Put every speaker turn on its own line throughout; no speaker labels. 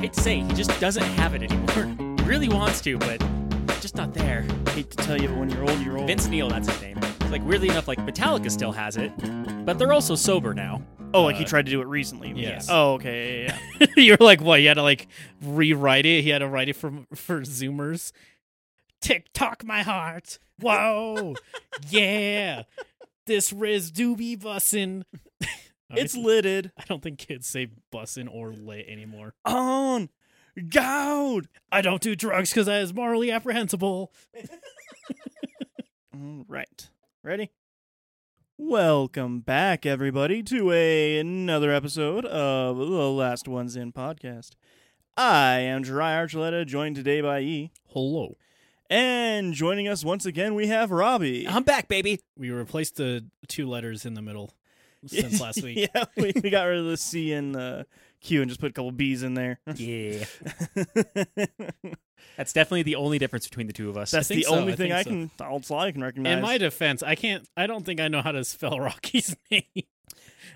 I'd say he just doesn't have it anymore. really wants to, but just not there.
Hate to tell you, but when you're old, you're old.
Vince Neil, that's his name. It's like weirdly enough, like Metallica still has it, but they're also sober now.
oh, like he tried to do it recently.
yes.
Oh, okay. Yeah, yeah, yeah.
You're like, what? He had to like rewrite it. He had to write it for for Zoomers. Tick tock, my heart. Whoa, yeah. This Riz do be bussin.
it's litted.
I don't think kids say bussin or lit anymore.
On. Gout.
I don't do drugs because I is morally apprehensible.
All right. Ready? Welcome back, everybody, to a, another episode of the Last Ones In podcast. I am Dry Archuleta, joined today by E.
Hello.
And joining us once again, we have Robbie.
I'm back, baby.
We replaced the two letters in the middle since last week.
yeah, we, we got rid of the C and the Q and just put a couple B's in there.
Yeah. That's definitely the only difference between the two of us.
That's
think
the
so,
only
I
thing
think
I
so.
can, that's all I can recognize.
In my defense, I can't. I don't think I know how to spell Rocky's name.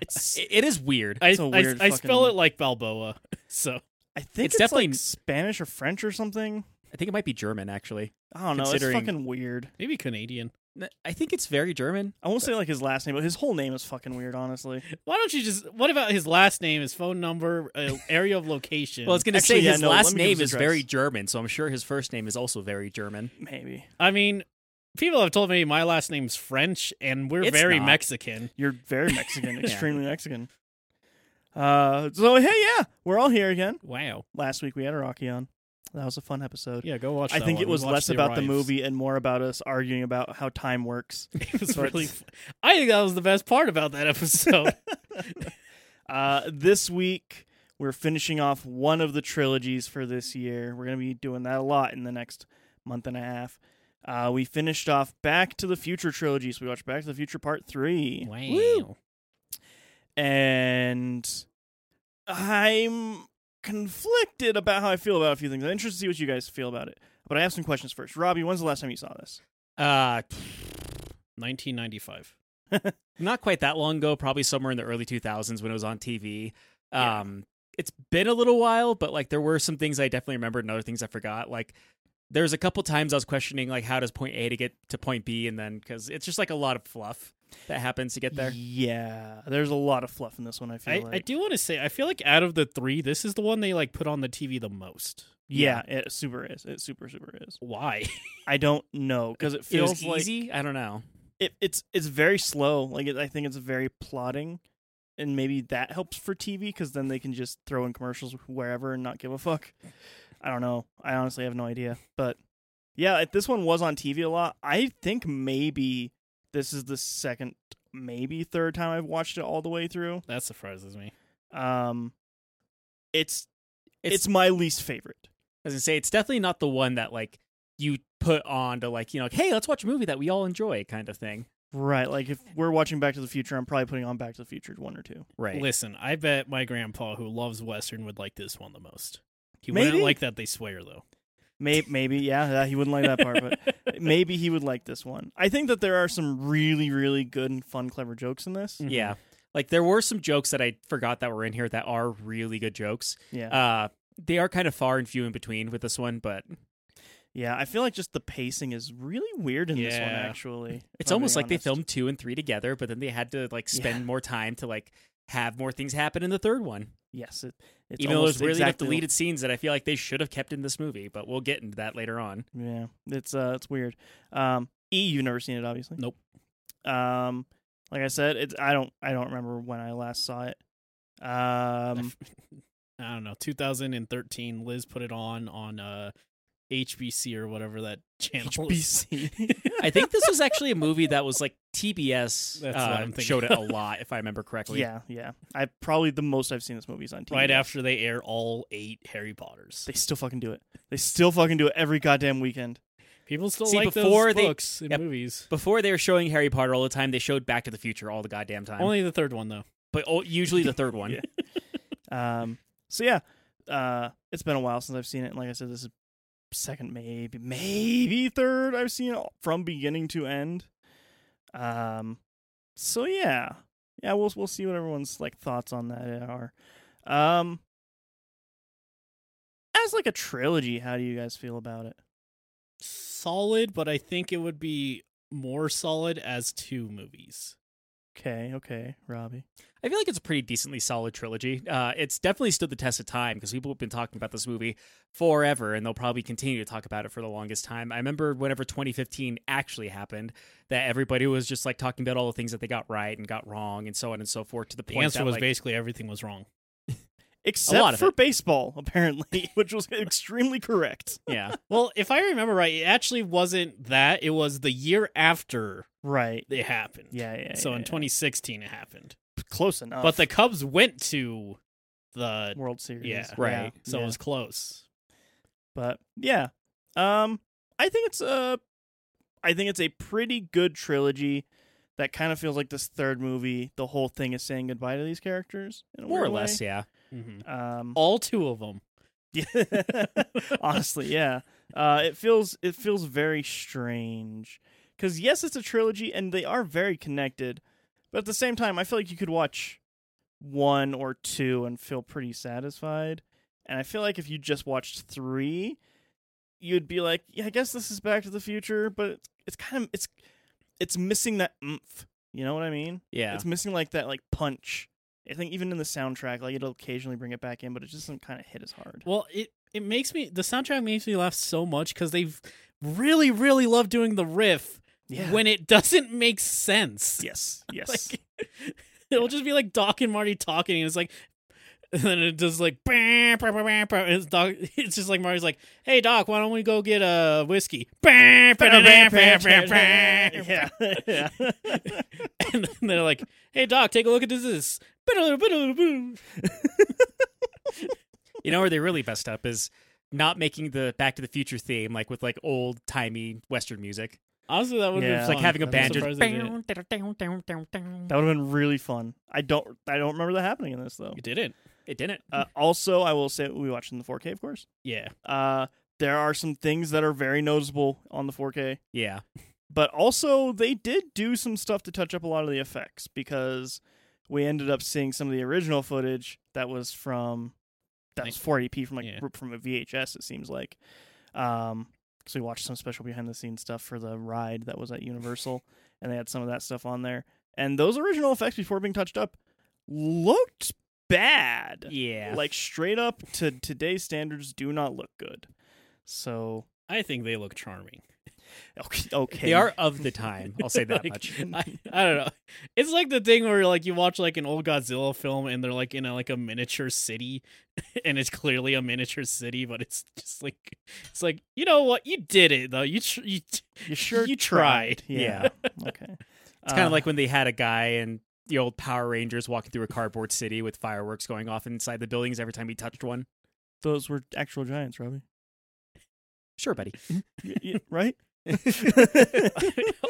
it's, it- it is weird.
I,
It's a
I-
weird
I spell
fucking-
it like Balboa. So
I think
it's
it's,
definitely-
like Spanish or French or something.
I think it might be German, actually.
I don't know. It's
Considering-
fucking weird.
maybe Canadian.
N- I think it's very German.
I won't say like his last name, but his whole name is fucking weird, honestly.
Why don't you just? What about his last name, his phone number, uh, area of location?
Well, I was going to
Actually,
say
yeah,
his
no, let
last
me give
name
his
is very
address.
German, so I'm sure his first name is also very German.
Maybe.
I mean, people have told me my last name's French, and we're
It's
very
not.
Mexican.
You're very Mexican, extremely Mexican. Uh, so hey, yeah, we're all here again.
Wow.
Last week we had a Rocky on. That was a fun episode.
Yeah, go watch.
I
that
think
one.
it
We
was
watched
less about the
Arrives.
movie and more about us arguing about how time works.
It was
But-
really. fu- I think that was the best part about that episode.
Uh, this week we're finishing off one of the trilogies for this year. We're gonna be doing that a lot in the next month and a half. Uh, we finished off Back to the Future trilogy, so we watched Back to the Future Part Three.
wow.
and I'm conflicted about how I feel about a few things. I'm interested to see what you guys feel about it. But I have some questions first. Robbie, when's the last time you saw this?
Uh,
1995.
not quite that long ago, probably somewhere in the early 2000s when it was on TV.
Yeah.
Um, it's been a little while, but like there were some things I definitely remembered and other things I forgot. Like there was a couple times I was questioning like how does point A to get to point B, and then because it's just like a lot of fluff that happens to get there.
Yeah, there's a lot of fluff in this one. I feel
I,
like
I do want to say I feel like out of the three, this is the one they like put on the TV the most.
Yeah, it super is. It super super is.
Why?
I don't know because it
It
feels
was
like
easy. I don't know.
it, it's it's very slow. Like it, I think it's very plotting, and maybe that helps for TV because then they can just throw in commercials wherever and not give a fuck. I don't know. I honestly have no idea. But yeah, if this one was on TV a lot. I think maybe this is the second, maybe third time I've watched it all the way through.
that surprises me.
Um, it's
It's-
it's, my least favorite.
As I say, it's definitely not the one that like you put on to like you know like, hey let's watch a movie that we all enjoy kind of thing.
Right, like if we're watching Back to the Future, I'm probably putting on Back to the Future one or two.
Right.
Listen, I bet my grandpa who loves Western would like this one the most. He
Maybe.
wouldn't like that they swear though.
Maybe, maybe, yeah, yeah, he wouldn't like that part, but maybe he would like this one. I think that there are some really, really good and fun, clever jokes in this.
Mhm.
Yeah. Like there were some jokes that I forgot that were in here that are really good jokes.
Yeah,
Uh, they are kind of far and few in between with this one, but
yeah. I feel like just the pacing is really weird in this one.
Yeah.
Actually, if
it's
I'm
almost
being
like they
honest.
filmed two and three together, but then they had to like spend
Yeah.
more time to like have more things happen in the third one.
Yes, it, it's
Even though
almost
there's really
exactly,
enough deleted scenes that I feel like they should have kept in this movie, but we'll get into that later on.
Yeah, it's uh, it's weird. Um, e, you've never seen it, obviously.
Nope.
Um, like I said, it's I don't I don't remember when I last saw it.
I
Um,
f- I don't know. 2013, Liz put it on on uh, HBC or whatever that channel. Is.
I think this was actually a movie that was like TBS
That's what
uh,
I'm thinking.
showed it a lot, if I remember correctly.
yeah, yeah. I probably the most I've seen this movie is on TV.
Right after they air all eight Harry Potters,
They still fucking do it. They still fucking do it every goddamn weekend.
people still
See,
like
before
those
they-
books and
Yep.
movies.
Before they were showing Harry Potter all the time, they showed Back to the Future all the goddamn time.
Only the third one though.
but oh, usually the third one.
Yeah. Um, so yeah, uh, it's been a while since I've seen it. And like I said, this is second, maybe, maybe third I've seen it from beginning to end. Um, so yeah, yeah, we'll we'll see what everyone's like thoughts on that are. Um, as like a trilogy, how do you guys feel about it?
solid, but I think it would be more solid as two movies.
Okay, okay, Robbie.
I feel like it's a pretty decently solid trilogy. Uh, it's definitely stood the test of time because people have been talking about this movie forever, and they'll probably continue to talk about it for the longest time. I remember whenever 2015 actually happened, that everybody was just like talking about all the things that they got right and got wrong, and so on and so forth. To the
The
point
answer
that,
was
like,
basically everything was wrong.
Except
of
for
it.
baseball, apparently, which was extremely correct.
yeah,
Well, if I remember right, it actually wasn't that. It was the year after
Right.
it happened.
Yeah, yeah.
so
yeah,
in
yeah.
2016 it happened.
close enough.
But the Cubs went to the
World Series.
yeah,
right.
so
yeah.
it was close.
but yeah um i think it's a i think it's a pretty good trilogy that kind of feels like this third movie the whole thing is saying goodbye to these characters in a
more or
weird
less,
way.
yeah.
Mhm.
um
All two of them.
honestly yeah uh it feels it feels very strange because yes it's a trilogy and they are very connected but at the same time i feel like you could watch one or two and feel pretty satisfied and i feel like if you just watched three you'd be like yeah i guess this is back to the future but it's, it's kind of it's it's missing that oomph you know what i mean
Yeah.
it's missing like that like punch i think even in the soundtrack like it'll occasionally bring it back in but it just doesn't kind of hit as hard
Well, it it makes me the soundtrack makes me laugh so much because they really really love doing the riff when it doesn't make sense.
Yes. Yes.
Like it'll just be like Doc and Marty talking, and it's like, and then it does like, "Bam, bam, bam, bam, bam," and it's Doc. It's just like Marty's like, "Hey Doc, why don't we go get a whiskey?" Bam, bam, bam, bam, bam, bam.
yeah. yeah.
and then they're like, "Hey Doc, take a look at this."
You know where they really messed up is not making the Back to the Future theme like with like old timey Western music.
Honestly, that would
Yeah.
be
It's
It's like
fun.
having a
I'm
band
surprised
just
they didn't.
That would have been really fun. I don't I don't remember that happening in this though.
You didn't.
it didn't.
Uh, also, I will say we watched in the 4K, of course.
Yeah.
Uh there are some things that are very noticeable on the 4K,
yeah,
but also they did do some stuff to touch up a lot of the effects because we ended up seeing some of the original footage that was from that was 480p from like
Yeah.
ripped from a VHS it seems like. Um so we watched some special behind the scenes stuff for the ride that was at Universal and they had some of that stuff on there. And those original effects before being touched up looked bad.
yeah.
Like straight up to today's standards do not look good. So
I think they look charming.
okay, okay.
They are of the time. I'll say that
Like,
much.
I, I don't know. It's like the thing where like you watch like an old Godzilla film and they're like in a, like a miniature city, and it's clearly a miniature city, but it's just like it's like you know what you did it though you tr- you t-
You sure
You tried.
Yeah. okay.
It's
Uh.
kind of like when they had a guy in the old Power Rangers walking through a cardboard city with fireworks going off inside the buildings every time he touched one.
those were actual giants, Robbie.
Sure, buddy.
Y- y- right?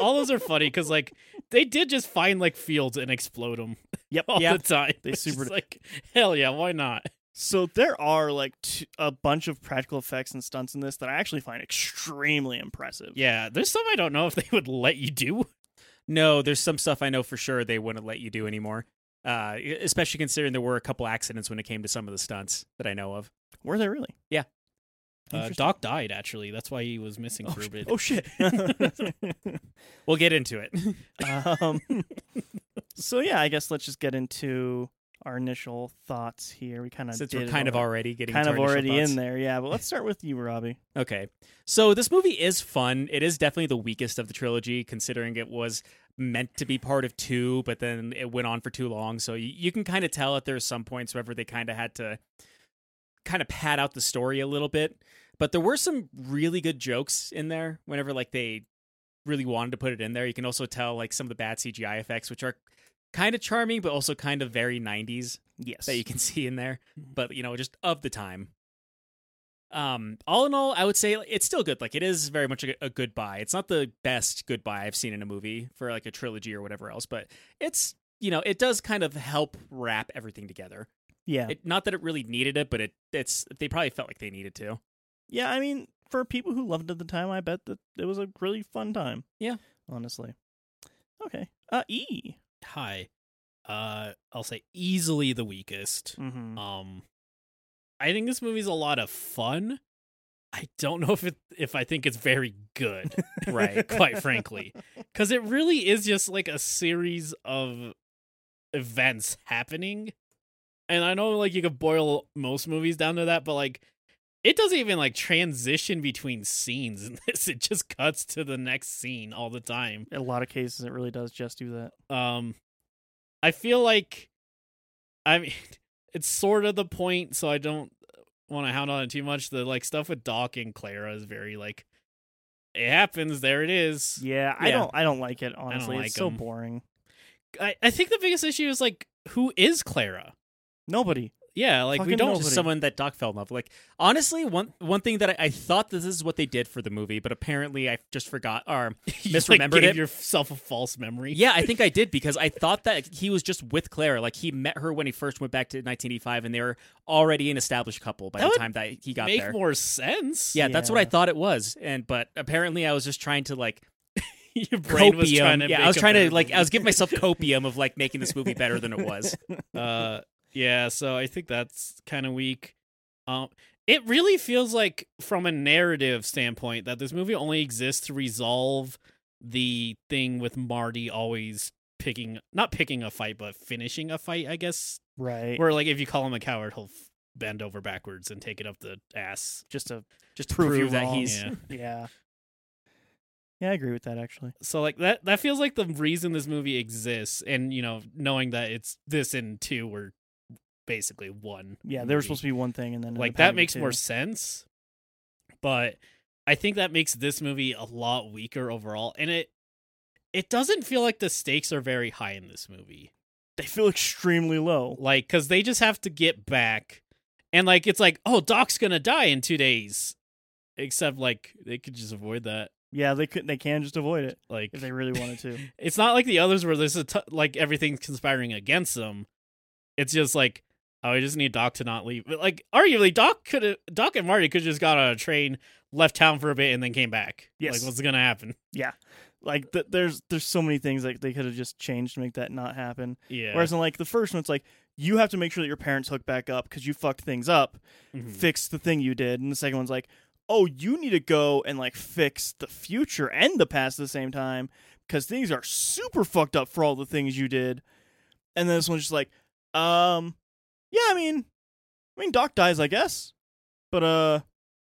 all those are funny because like they did just find like fields and explode them
Yep.
all
Yeah.
the time.
They
It's just
super-
like hell yeah why not
So there are like t- a bunch of practical effects and stunts in this that I actually find extremely impressive.
yeah there's some I don't know if they would let you do
No, there's some stuff I know for sure they wouldn't let you do anymore. Uh, especially considering there were a couple accidents when it came to some of the stunts that I know of.
Were they really?
Yeah.
uh,
Interesting.
Doc died actually that's why he was missing
Oh,
for a
sh-
bit
oh shit.
We'll get into it.
um, so yeah, I guess let's just get into our initial thoughts here. We kind of
Since we're kind of already getting
kind
to
of
our initial
already
thoughts.
in there. Yeah, but let's start with you, Robbie.
Okay. So this movie is fun. It is definitely the weakest of the trilogy, considering it was meant to be part of two, but then it went on for too long. So you, you can kind of tell at there's some points wherever they kind of had to kind of pad out the story a little bit. But there were some really good jokes in there whenever like they really wanted to put it in there. You can also tell like some of the bad CGI effects, which are kind of charming, but also kind of very 90s
Yes. Mm-hmm.
that you can see in there, but you know, just of the time. Um, all in all, I would say it's still good. Like it is very much a, a good buy. It's not the best goodbye I've seen in a movie for like a trilogy or whatever else, but it's you know it does kind of help wrap everything together.
yeah.
It, not that it really needed it, but it it's they probably felt like they needed to.
yeah, I mean, for people who loved it at the time, I bet that it was a really fun time.
Yeah.
Honestly. Okay. Uh E.
Hi. Uh, I'll say easily the weakest.
Mm-hmm.
Um, I think this movie's a lot of fun. I don't know if it if I think it's very good,
right.
quite frankly, because it really is just like a series of events happening. And I know like you could boil most movies down to that, but like it doesn't even like transition between scenes in this. It just cuts to the next scene all the time.
In a lot of cases, it really does just do that.
Um, I feel like, I mean, it's sort of the point, so I don't want to hound on it too much. The like stuff with Doc and Clara is very like, it happens. There it is.
Yeah, I
Yeah.
don't. I don't like it. Honestly,
like
it's so
'em.
boring.
I, I think the biggest issue is like, who is Clara?
Nobody.
Yeah, like we
Fucking
don't.
nobody.
Just someone that Doc fell in love. with. Like honestly, one one thing that I, I thought that this is what they did for the movie, but apparently I just forgot or
you, like,
misremembered
gave
it.
yourself a false memory.
Yeah, I think I did because I thought that he was just with Clara. Like he met her when he first went back to 1985, and they were already an established couple by
That
the
would
time that he got
make
there.
more sense.
yeah, that's what I
Yeah.
thought it was. And but apparently, I was just trying to like
your brain was trying to.
copium. Yeah,
make
I was
a
trying to
better
like I was
movie.
giving myself copium of like making this movie better than it was.
uh yeah so i think that's kind of weak um it really feels like from a narrative standpoint that this movie only exists to resolve the thing with marty always picking not picking a fight but finishing a fight i guess
Right.
where like if you call him a coward he'll f- bend over backwards and take it up the ass
just a.
Just to
Prove
prove
you
that
wrong.
he's
yeah
Yeah. Yeah, I agree with that actually.
so like that that feels like the reason this movie exists and you know knowing that it's this and two were basically one
Yeah, they were
movie.
supposed to be one thing, and then
like that makes more sense but i think that makes this movie a lot weaker overall and it it doesn't feel like the stakes are very high in this movie
They feel extremely low.
like because they just have to get back and like it's like oh doc's gonna die in two days except like they could just avoid that
Yeah, they could. They can just avoid it
like
if they really wanted to.
it's not like the others where there's a t- like everything's conspiring against them. It's just like oh, I just need Doc to not leave. But, like arguably, Doc could Doc and Marty could just got on a train, left town for a bit, and then came back.
Yes.
like what's gonna happen?
like th- there's there's so many things like they could have just changed to make that not happen.
Yeah,
Whereas in like the first one, it's like you have to make sure that your parents hook back up because you fucked things up.
Mhm.
Fix the thing you did, and the second one's like, oh, you need to go and like fix the future and the past at the same time because things are super fucked up for all the things you did. And then this one's just like, um, yeah, I mean, I mean, Doc dies, I guess, but uh,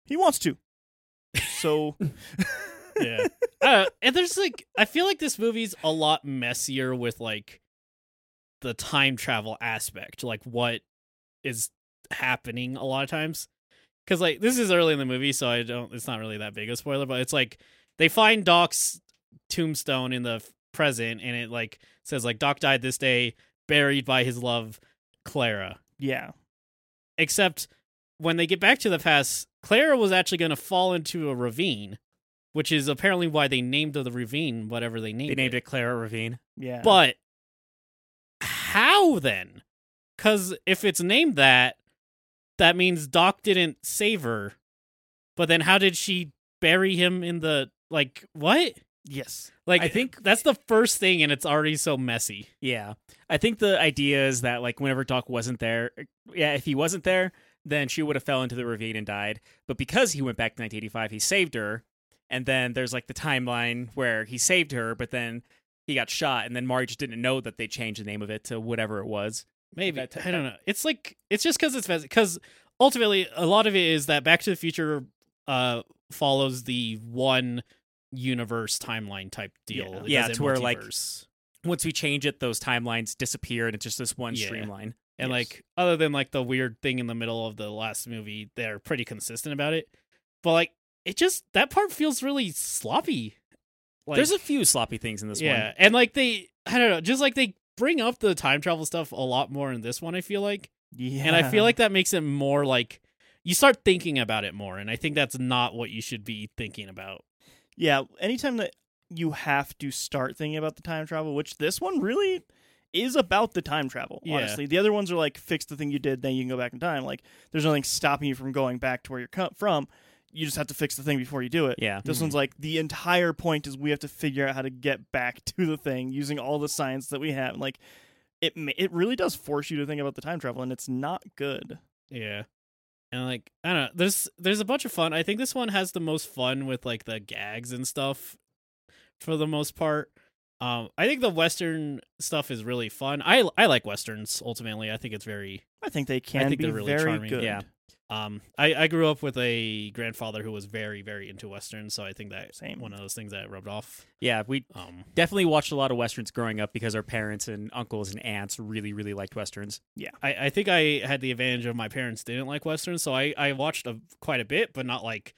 he wants to, so
yeah. Uh, and there's like I feel like this movie's a lot messier with like the time travel aspect, like what is happening a lot of times. Cuz like this is early in the movie so I don't it's not really that big a spoiler, but it's like they find Doc's tombstone in the f- present and it like says like Doc died this day buried by his love Clara.
yeah,
Except when they get back to the past, Clara was actually going to fall into a ravine, which is apparently why they named the ravine whatever they named,
they named it Clara Ravine.
yeah,
But how then? Because if it's named that, that means Doc didn't save her. But then how did she bury him in the like what?
yes,
Like
I think-
that's the first thing, and it's already so messy.
Yeah, I think the idea is that like whenever Doc wasn't there, er, yeah, if he wasn't there, then she would have fell into the ravine and died. But because he went back to 1985, he saved her, and then there's like the timeline where he saved her, but then he got shot, and then Marty just didn't know that they changed the name of it to whatever it was.
Maybe
that-
I don't know. It's like it's just because it's because ultimately a lot of it is that Back to the Future uh follows the one universe timeline type deal.
Yeah.
It
Yeah,
doesn't
to where, like,
multiverse.
Once we change it, those timelines disappear, and it's just this one
Yeah.
streamline.
Yes.
and like other than like the weird thing in the middle of the last movie, they're pretty consistent about it. But like it just that part feels really sloppy. Like,
There's a few sloppy things in this
yeah,
one.
and like they I don't know, just like they bring up the time travel stuff a lot more in this one. I feel like.
yeah,
And I feel like that makes it more like you start thinking about it more. And I think that's not what you should be thinking about.
Yeah, anytime that you have to start thinking about the time travel, which this one really is about the time travel,
Yeah.
honestly. The other ones are like fix the thing you did, then you can go back in time. Like there's nothing stopping you from going back to where you're co- from. You just have to fix the thing before you do it.
Yeah.
This
Mm-hmm.
one's like the entire point is we have to figure out how to get back to the thing using all the science that we have. Like it ma- it really does force you to think about the time travel and it's not good.
Yeah. and like I don't know. There's there's a bunch of fun. I think this one has the most fun with like the gags and stuff, for the most part. Um, I think the western stuff is really fun. I I like westerns ultimately. I think it's very
I think they can
think
be
they're really
very
charming,
good.
yeah.
um. I I grew up with a grandfather who was very very into westerns, so I think that's
Same.
one of those things that rubbed off.
Yeah, we
Um,
definitely watched a lot of westerns growing up because our parents and uncles and aunts really really liked westerns.
I, I think I had the advantage of my parents didn't like westerns, so I, I watched a, quite a bit, but not like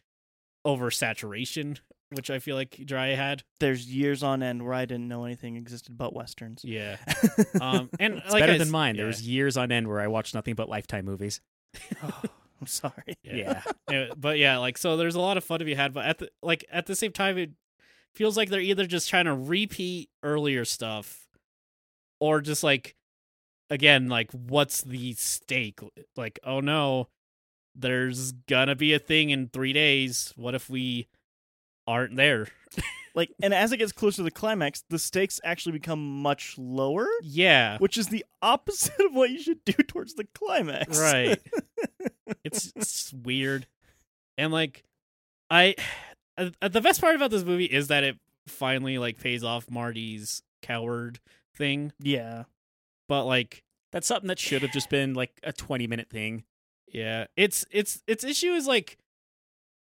oversaturation, which I feel like Dry had.
There's years on end where I didn't know anything existed but westerns.
Yeah. Um, and
It's
like
better
I
than
s-
mine. There
yeah,
was years on end where I watched nothing but Lifetime movies.
oh,
I'm sorry.
yeah.
yeah.
Yeah, Eh, but yeah, like so there's a lot of fun to be had, but at the like at the same time it feels like they're either just trying to repeat earlier stuff or just like again, like what's the stake? Like, oh no, there's gonna be a thing in 3 days. What if we aren't there?
Like, and as it gets closer to the climax, the stakes actually become much lower,
Yeah.
which is the opposite of what you should do towards the climax.
right it's, it's weird and like i uh, the best part about this movie is that it finally like pays off marty's coward thing
Yeah.
but like
That's something that should have just been like a 20 minute thing.
yeah it's it's its issue is like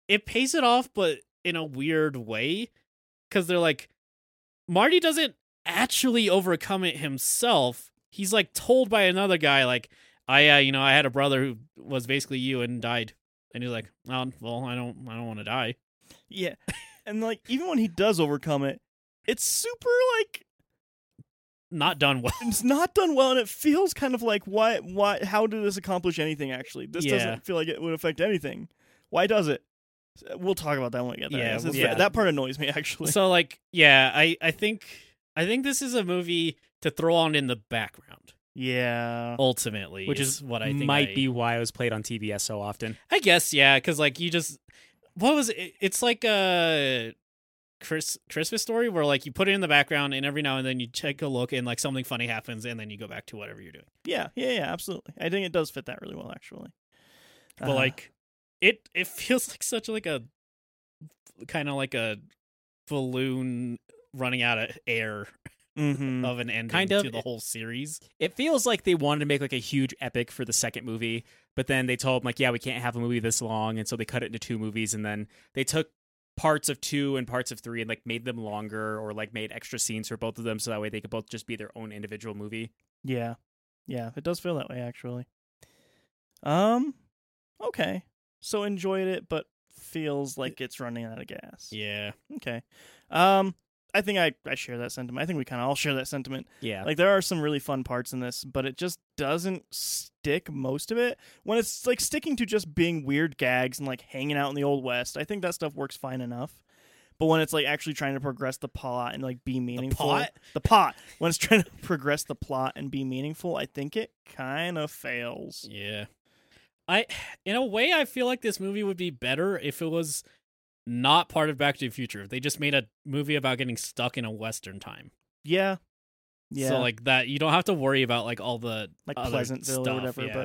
it pays it off but in a weird way because they're like marty doesn't actually overcome it himself he's like told by another guy like i uh, you know i had a brother who was basically you and died and he's like oh well i don't i don't want to die
Yeah. And like even when he does overcome it, it's super like
not done well
it's not done well and it feels kind of like why why how did this accomplish anything actually? This
Yeah.
doesn't feel like it would affect anything. Why does it? We'll talk about that when we get there.
Yeah,
It's- it's-
yeah.
That part annoys me actually.
so like yeah i i think i think this is a movie to throw on in the background
yeah.
ultimately
Which is
what i think
might
I-
be why I was played on TBS so often.
I guess yeah, because like you just what was it? It's like a Chris Christmas story where like you put it in the background and every now and then you take a look and like something funny happens and then you go back to whatever you're doing.
Yeah, yeah, yeah, absolutely. I think it does fit that really well actually.
But
Uh-huh.
Uh,
like it it feels like such like a kind of like a balloon running out of air
mhm.
of an ending
Mm. Kind of.
to the whole series.
It feels like they wanted to make like a huge epic for the second movie, but then they told them like, yeah, we can't have a movie this long, and so they cut it into two movies, and then they took parts of two and parts of three and like made them longer or like made extra scenes for both of them so that way they could both just be their own individual movie.
Yeah. Yeah, it does feel that way actually. Um okay. So enjoyed it but feels like it's running out of gas.
Yeah.
Okay. Um I think I, I share that sentiment. I think we kind of all share that sentiment.
Yeah.
Like there are some really fun parts in this, but it just doesn't stick most of it. When it's like sticking to just being weird gags and like hanging out in the old west, I think that stuff works fine enough. But when it's like actually trying to progress the plot and like be meaningful,
pot?
the pot. When it's trying to progress the plot and be meaningful, I think it kind of fails.
Yeah. I in a way I feel like this movie would be better if it was not part of Back to the Future. If they just made a movie about getting stuck in a western time.
Yeah, yeah,
So like that you don't have to worry about like all the
Like
other
Pleasantville or
stuff,
whatever,
yeah.
but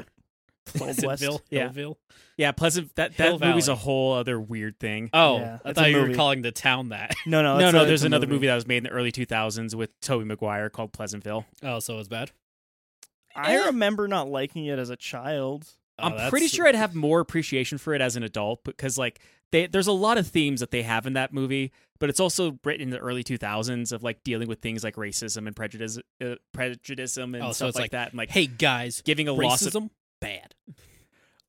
Old West.
Pleasantville,
Yeah.
Hillville.
Yeah, Pleasant that
Hill
that movie's
Valley.
a whole other weird thing.
Oh,
Yeah,
I
it's a
thought you were
movie.
calling the town that.
no, no,
no,
it's
no,
a-
there's
it's a
another movie that was made in the early 2000s with Toby Maguire called Pleasantville.
Oh, so it's bad.
I remember not liking it as a child.
Oh,
I'm
that's-
pretty sure I'd have more appreciation for it as an adult because like they, there's a lot of themes that they have in that movie, but it's also written in the early 2000s of like dealing with things like racism and prejudice, uh, prejudice and
Oh, so
stuff
it's
like,
like,
that, and like
Hey guys,
giving a loss of
racism bad.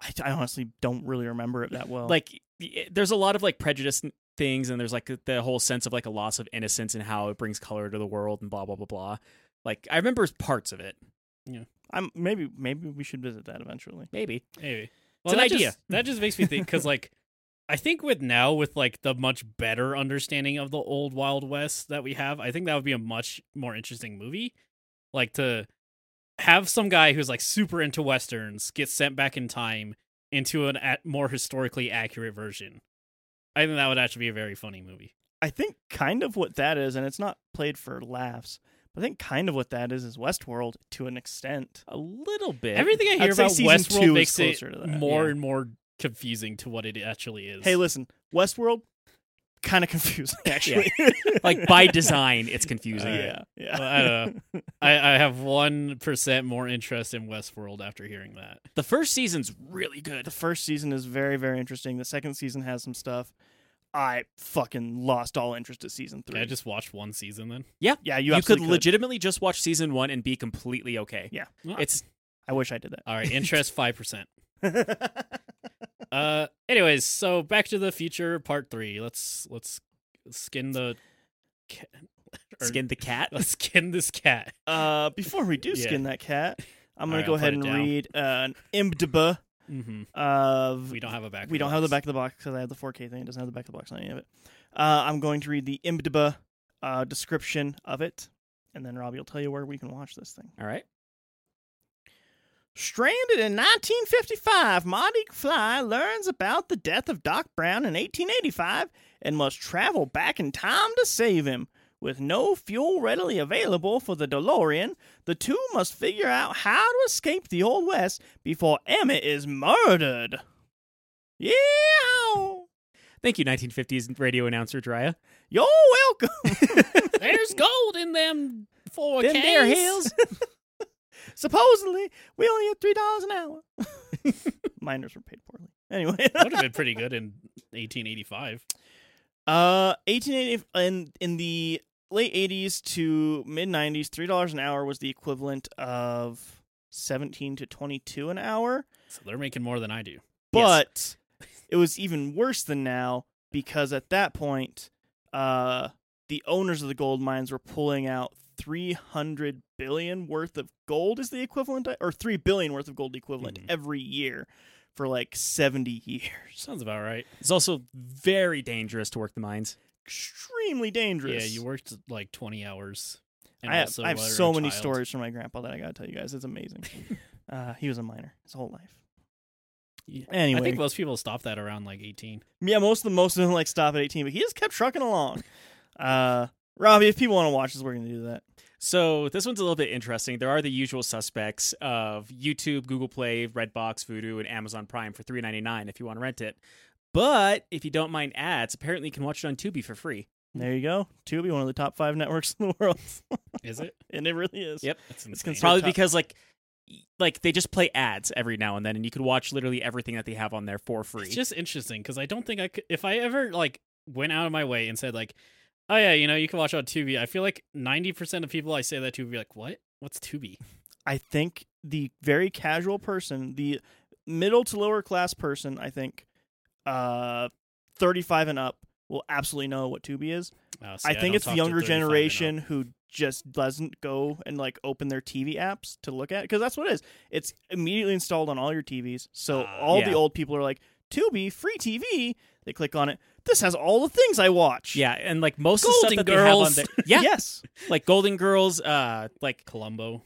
I, I honestly don't really remember it that well.
like y- there's a lot of like prejudice n- things and there's like the whole sense of like a loss of innocence and how it brings color to the world and blah blah blah blah. Like I remember parts of it,
I'm maybe maybe we should visit that eventually.
maybe.
Maybe.
an
that
idea.
Just, that just makes me think because, like, I think with now with like the much better understanding of the old Wild West that we have, I think that would be a much more interesting movie. Like to have some guy who's like super into westerns get sent back in time into an at more historically accurate version. I think that would actually be a very funny movie.
I think kind of what that is, and it's not played for laughs, I think kind of what that is is Westworld to an extent.
a little bit.
Everything I hear
I'd say
about
season two
Westworld
is
makes it
closer to that,
more
yeah.
and more confusing to what it actually is.
Hey, listen, Westworld, kind of confusing actually.
like by design, it's confusing.
yeah, yeah.
Well, I don't know. I, I have one percent more interest in Westworld after hearing that.
The first season's really good.
The first season is very, very interesting. The second season has some stuff. I fucking lost all interest at season
Can
three.
I just watch one season then?
Yeah,
yeah,
you,
you,
could,
absolutely could.
legitimately just watch season one and be completely okay.
Yeah.
It's
I wish I did
All right, interest five percent.
that.
Uh, anyways, so Back to the Future Part Three. Let's let's skin the ca- or-
skin the cat.
Let's skin this cat.
uh, before we do
Yeah.
skin that cat, I'm gonna
All right,
go
I'll
ahead and
put it down.
read uh, an IMDb
Mm-hmm.
of
We don't have a back.
We don't have the back of the box because I have the 4K thing. It doesn't have the back of the box on any of it. Uh, I'm going to read the IMDb uh, description of it, and then Robbie will tell you where we can watch this thing.
All right.
Stranded in 1955, Marty Fly learns about the death of Doc Brown in 1885 and must travel back in time to save him. With no fuel readily available for the DeLorean, the two must figure out how to escape the Old West before Emmett is murdered. Yeah!
Thank you, 1950s radio announcer Drya.
You're welcome!
There's gold in them four
Them there
Ks.
hills.
Supposedly, we only get $3 an hour. Miners were paid poorly. Anyway.
Would have been pretty good in 1885.
Uh, eighteen eighty in in the late eighties to mid nineties, three dollars an hour was the equivalent of seventeen to twenty two an hour.
So they're making more than I do.
But it was even worse than now because at that point, uh, the owners of the gold mines were pulling out three hundred billion worth of gold is the equivalent, or three billion worth of gold equivalent
Mhm.
every year for like seventy years.
Sounds about right.
It's also very dangerous to work the mines.
Extremely dangerous.
Yeah, you worked like 20 hours.
I have,
also
I have
were a
so many
child.
stories from my grandpa that I gotta tell you guys. It's amazing. uh, he was a minor his whole life.
Yeah.
Anyway,
I think most people stop that around like 18.
yeah, most of them, most of them like stop at eighteen, but he just kept trucking along. uh, Robbie, if people want to watch this, we're gonna do that.
So this one's a little bit interesting. There are the usual suspects of YouTube, Google Play, Redbox, Vudu, and Amazon Prime for $3.99 if you want to rent it. But if you don't mind ads, apparently you can watch it on Tubi for free.
There you go. Tubi, one of the top five networks in the world,
Is it?
and it really is.
Yep.
That's
It's
insane.
considered-
Probably
top-
because like y- like they just play ads every now and then, and you could watch literally everything that they have on there for free.
It's just interesting because I don't think I could. If I ever like went out of my way and said like, "Oh yeah, you know, you can watch on Tubi," I feel like ninety percent of people I say that to would be like, "What? What's Tubi?"
I think the very casual person, the middle to lower class person, I think, uh, thirty-five and up, will absolutely know what Tubi is.
Oh, see,
I think
don't
it's
talk
the
to
younger
35 and up.
generation who just doesn't go and like open their TV apps to look at because that's what it is. It's immediately installed on all your TVs. So
Ah,
all
yeah.
the old people are like, Tubi, free TV. They click on it. This has all the things I watch.
yeah, and like most of the
Golden
stuff that they have on
Girls.
there, yeah,
Yes.
like Golden Girls, uh, like
Columbo.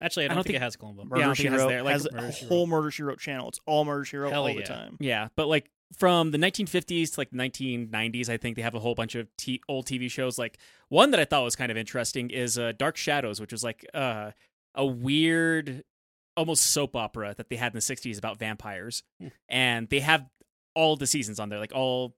Actually, I don't, think, it has Columbo.
I
Murder
don't
She
think it has
Wrote
there, like,
has
Murder,
a
She
whole Murder She Wrote channel. It's all Murder She Wrote
Hell
all
yeah.
the time.
Yeah, but like from the 1950s to like 1990s, I think they have a whole bunch of t- old TV shows. Like one that I thought was kind of interesting is uh, Dark Shadows, which was like uh, a weird, almost soap opera that they had in the 60s about vampires,
Hmm.
and they have all the seasons on there, like all.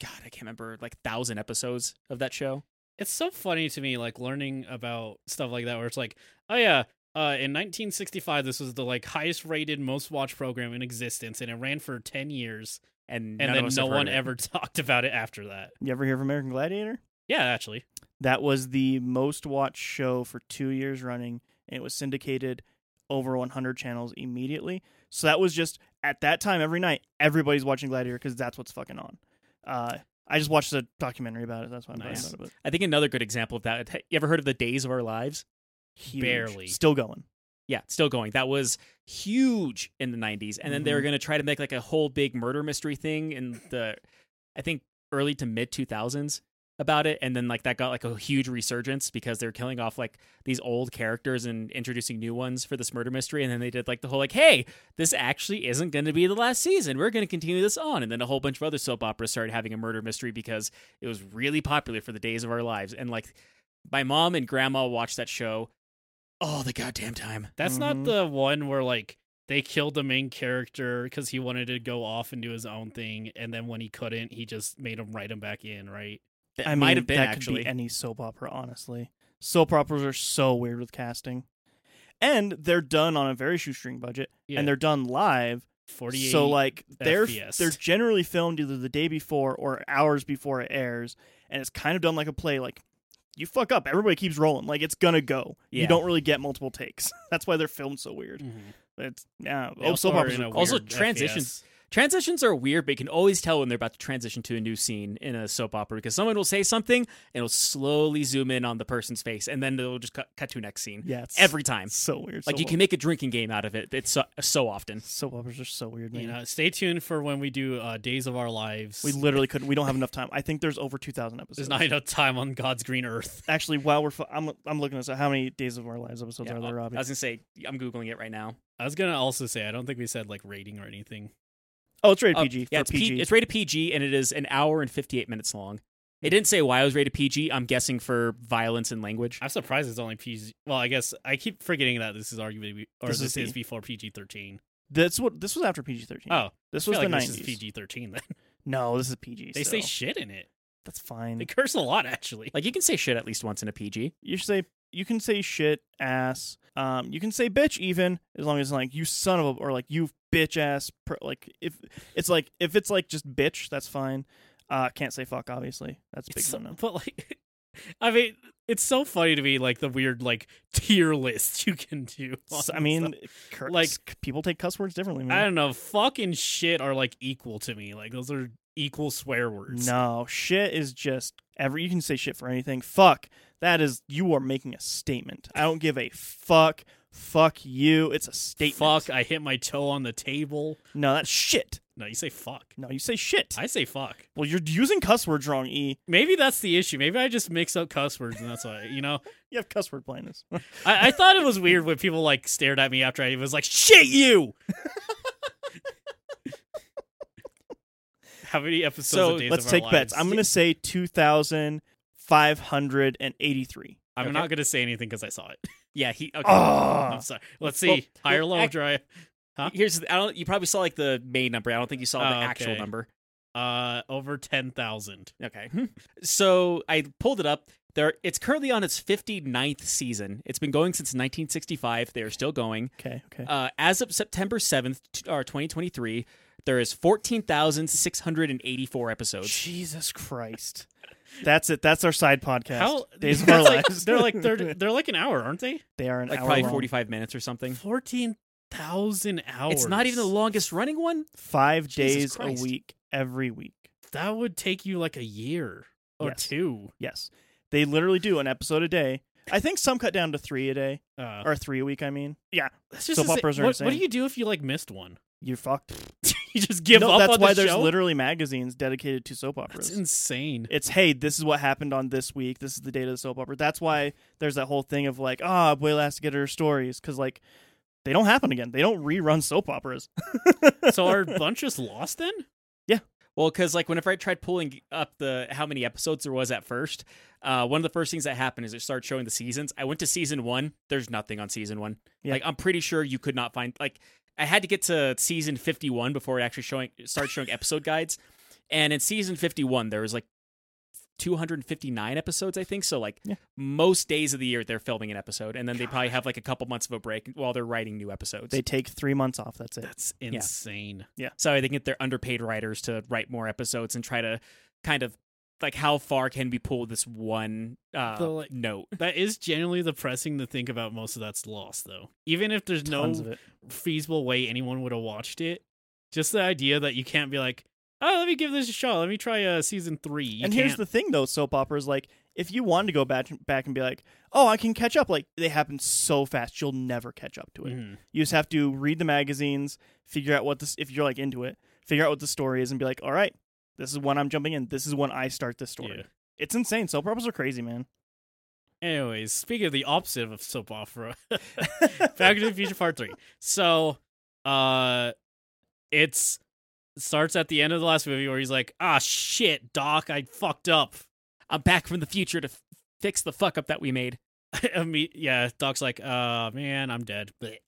God, I can't remember like thousand episodes of that show.
It's so funny to me, like learning about stuff like that, where it's like, "Oh yeah." Uh, in 1965, this was the like highest rated, most watched program in existence, and it ran for 10 years,
And
and
none
then
of us
no
have heard
one
of it.
ever talked about it after that.
You ever hear of American Gladiator?
Yeah, actually,
That was the most watched show for two years running, and it was syndicated over 100 channels immediately. So that was just at that time every night, everybody's watching Gladiator because that's what's fucking on. Uh, I just watched a documentary about it. That's why I'm
Nice.
talking about it.
I think another good example of that. You ever heard of the Days of Our Lives?
But huge.
Barely.
still going.
yeah, still going. That was huge in the 90s. And then they were going to try to make like a whole big murder mystery thing in the, I think, early to mid 2000s about it. And then like that got like a huge resurgence because they were killing off like these old characters and introducing new ones for this murder mystery. And then they did like the whole like, hey, this actually isn't going to be the last season. We're going to continue this on. And then a whole bunch of other soap operas started having a murder mystery because it was really popular for the days of our lives. And like, My mom and grandma watched that show all the goddamn time.
That's not
Mm-hmm.
Mhm.
the one where like they killed the main character because he wanted to go off and do his own thing, and then when he couldn't, he just made him write him back in, right?
That
I mean,
might have been
that
actually.
could be any soap opera, honestly. Soap operas are so weird with casting, and they're done on a very shoestring budget,
Yeah.
and they're done live.
Forty eight.
So like they're
FPS.
they're generally filmed either the day before or hours before it airs, and it's kind of done like a play. Like you fuck up, everybody keeps rolling. Like it's gonna go.
Yeah.
You don't really get multiple takes. That's why they're filmed so weird.
Mhm.
But it's yeah.
They
Oh,
also
soap
are
operas.
in a
are cool.
Also,
weird
transitions.
FPS.
Transitions are weird, but you can always tell when they're about to transition to a new scene in a soap opera because someone will say something and it'll slowly zoom in on the person's face, and then it'll just cut, cut to next scene
yeah, it's
every time.
it's so weird.
Like
soap
you can
op-
make a drinking game out of it. It's so, so often.
soap operas are so weird. Man.
You know, stay tuned for when we do uh, Days of Our Lives.
we literally couldn't. We don't have enough time. I think there's over two thousand episodes.
There's not enough time on God's green earth.
Actually, while we're fu- I'm I'm looking at how many Days of Our Lives episodes
Yeah,
are
uh,
there, Robbie?
I was gonna say I'm googling it right now.
I was gonna also say I don't think we said like rating or anything.
oh, it's rated
Uh,
PG.
yeah,
for
it's,
PG.
P- it's rated PG and it is an hour and 58 minutes long. It didn't say why it was rated PG. I'm guessing for violence and language.
I'm surprised it's only PG. Well, I guess I keep forgetting that this is arguably or
This is
this, is,
P-
before PG-13.
That's what this was after PG thirteen.
Oh,
this
I
was
feel
the
like
nineties.
This is PG-13. Then
No, this is PG.
they
so Mm.
say shit in it.
that's fine.
They curse a lot actually.
Like you can say shit at least once in a PG.
you should say you can say shit, ass. Um, you can say bitch even as long as like you son of a or like you bitch ass. Per, like if it's like if it's like just bitch, that's fine. Uh, can't say fuck obviously. That's a big
It's so-
no no.
But like, I mean, it's so funny to me like the weird like tier list you can do. on
I mean, mm.
stuff.
cur-
Like-
people take cuss words differently. Man.
I don't know. Fucking shit are like equal to me. Like those are equal swear words.
No, shit is just every you can say shit for anything. Fuck. That is you are making a statement. I don't give a fuck. Fuck you. It's a statement.
Fuck! I hit my toe on the table.
No, that's shit.
No, you say fuck.
No, you say shit.
I say fuck.
well, you're using cuss words wrong, E.
Maybe that's the issue. Maybe I just mix up cuss words, and that's why you know.
You have cuss word blindness.
I, I thought it was weird when people like stared at me after I was like, "Shit, you." How many episodes?
So,
of Days
Let's
of
take
Our
bets.
Lives?
I'm gonna say two thousand five hundred and eighty-three.
I'm
Okay.
not gonna say anything because I saw it.
Yeah, he. Okay.
Ah,
I'm sorry. Let's see.
Well,
High or
well,
low,
ac-
dry. huh?
Here's the, I don't. You probably saw like the main number. I don't think you saw the
Oh,
actual
okay.
number.
Uh, over ten thousand.
Okay. So I pulled it up. There, it's currently on its 59th season. It's been going since 1965. They are still going.
okay, okay.
Uh, as of September 7th, t- or 2023, there is 14,684 episodes.
Jesus Christ. That's it. That's our side podcast.
How
Days of our
that's like-
lives.
they're like they're they're like an hour, aren't they?
they are an
Like
hour
probably
long.
45 minutes or something.
Fourteen thousand hours.
It's not even the longest running one.
five
Jesus
days
Christ.
a week every week.
That would take you like a year or
Yes.
two.
Yes, they literally do an episode a day. I think some cut down to three a day
Uh,
or three a week. I mean, yeah,
that's just
soap
insane.
operas are
what, what do
insane.
you do if you like missed one?
you're fucked.
you just give
no,
up
that's
on
why
the
there's
show?
literally magazines dedicated to soap
That's
operas.
insane.
it's hey, this is what happened on this week. This is the date of the soap opera. That's why there's that whole thing of like, ah, Abuela has to get her stories because like they don't happen again. They don't rerun soap operas.
so are a bunch just lost then?
Well, because like whenever I tried pulling up the how many episodes there was at first, uh, one of the first things that happened is it started showing the seasons. I went to season one. There's nothing on season one.
Yeah.
Like I'm pretty sure you could not find like I had to get to season 51 before it actually showing started showing episode guides. And in season 51, there was like 259 episodes, I think. So like
Yeah.
most days of the year, they're filming an episode, and then they probably have like a couple months of a break while they're writing new episodes.
They take three months off. That's it.
That's insane.
So they can get their underpaid writers to write more episodes and try to kind of like how far can we pull this one uh,
The, like-
note?
That is genuinely depressing to think about. Most of that's lost though. Even if there's
Tons
no
of it.
feasible way anyone would have watched it. Just the idea that you can't be like, oh, let me give this a shot. Let me try uh, season three. You
and
can't.
here's the thing, though, soap operas like if you wanted to go back back and be like, oh, I can catch up, like they happen so fast, you'll never catch up to it.
Mhm.
You just have to read the magazines, figure out what this if you're like into it, figure out what the story is, and be like, all right, this is when I'm jumping in. This is when I start this story.
Yeah.
It's insane. Soap operas are crazy, man.
Anyways, speaking of the opposite of soap opera, Back to the Future Part Three. So, uh, it's starts at the end of the last movie where he's like, ah, shit, Doc, I fucked up.
I'm back from uh, the future to f- fix the fuck up that we made.
I mean, yeah, Doc's like, uh, man, I'm dead. Blech.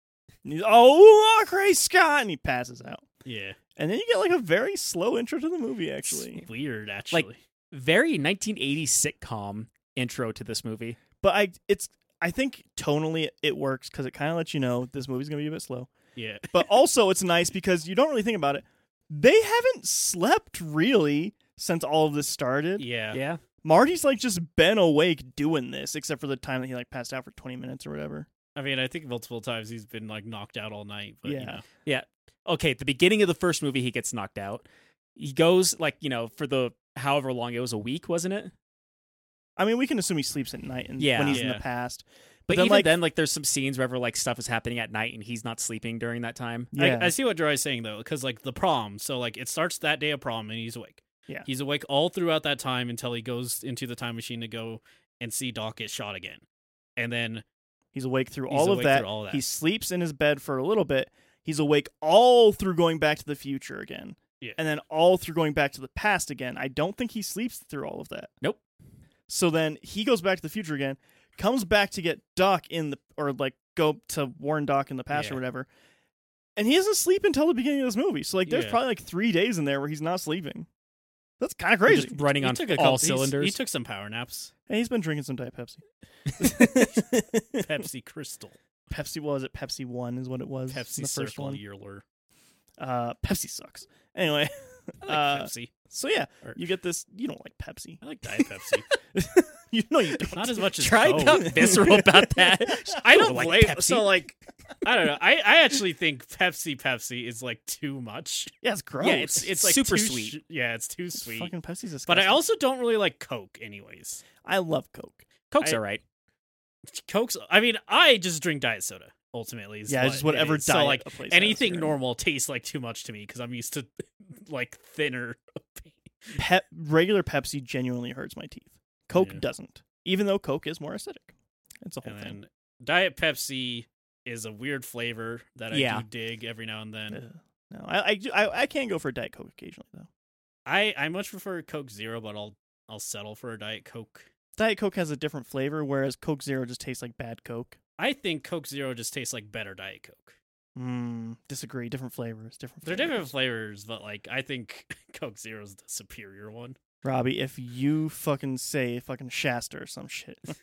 And he's, oh, oh, Christ, Scott, and he passes out.
Yeah,
And then you get like a very slow intro to the movie. Actually,
it's weird. Actually,
Very 1980s sitcom intro to this movie.
but I it's I think tonally it works because it kind of lets you know this movie's gonna be a bit slow.
yeah,
But also it's nice because you don't really think about it. They haven't slept really since all of this started.
yeah,
yeah.
Marty's like just been awake doing this, except for the time that he like passed out for twenty minutes or whatever.
I mean, I think multiple times he's been like knocked out all night. But,
Yeah.
you know.
okay, at the beginning of the first movie, he gets knocked out. He goes like you know for the however long it was a week, wasn't it?
I mean, we can assume he sleeps at night and
Yeah.
when he's in
Yeah.
the past.
But,
then,
even
like-
then, like there's some scenes where like stuff is happening at night and he's not sleeping during that time.
Yeah,
I, I see what Dry is saying though, because like the prom, so like it starts that day of prom and he's awake.
Yeah.
he's awake all throughout that time until he goes into the time machine to go and see Doc get shot again, and then
he's awake through
He's
all of
awake
that.
through all of that.
He sleeps in his bed for a little bit. He's awake all through going back to the future again.
Yeah.
And then all through going back to the past again. I don't think he sleeps through all of that.
Nope.
So then he goes back to the future again, comes back to get Doc in the or like go to warn Doc in the past or
Yeah.
whatever. And he doesn't sleep until the beginning of this movie. So like there's
Yeah.
probably like 3 days in there where he's not sleeping. That's kind of crazy.
Just running
he
on
took a
all
couple, he's-
cylinders.
He took some power naps.
And he's been drinking some Diet Pepsi.
Pepsi Crystal,
Pepsi was it Pepsi 1 is what it was.
Pepsi
the first
Circle
one.
Yearler.
Uh, Pepsi sucks. Anyway,
I like
Uh,
Pepsi.
so yeah,
Or-
you get this. You don't like Pepsi.
I like Diet Pepsi.
You know you don't.
Not as much as
Try
Coke.
not visceral about that.
I don't
like
blame.
Pepsi.
So like, I don't know. I, I actually think Pepsi Pepsi is like too much.
Yeah, it's gross.
Yeah, it's it's like super
too
sweet.
sh- yeah, it's too
It's
sweet.
Fucking Pepsi's disgusting.
but I also don't really like Coke, anyways.
I love Coke.
Coke's
I-
all right.
Coke's. I mean, I just drink diet soda. Ultimately, is
Yeah,
what
just whatever
it is.
diet.
So like
a place has,
anything
you're in.
normal tastes like too much to me because I'm used to like thinner.
Pep- regular Pepsi genuinely hurts my teeth. Coke
Yeah.
doesn't, even though Coke is more acidic. It's a whole
And
thing.
then diet Pepsi is a weird flavor that I
Yeah.
do dig every now and then.
Ugh. no, I, I do- I I can go for a Diet Coke occasionally though.
I I much prefer Coke Zero, but I'll I'll settle for a diet Coke.
Diet Coke has a different flavor, whereas Coke Zero just tastes like bad Coke.
I think Coke Zero just tastes like better Diet Coke.
Mm, disagree. Different flavors. Different.
They're
flavors.
different flavors, but like I think Coke Zero is the superior one.
Robbie, if you fucking say fucking Shasta or some shit, you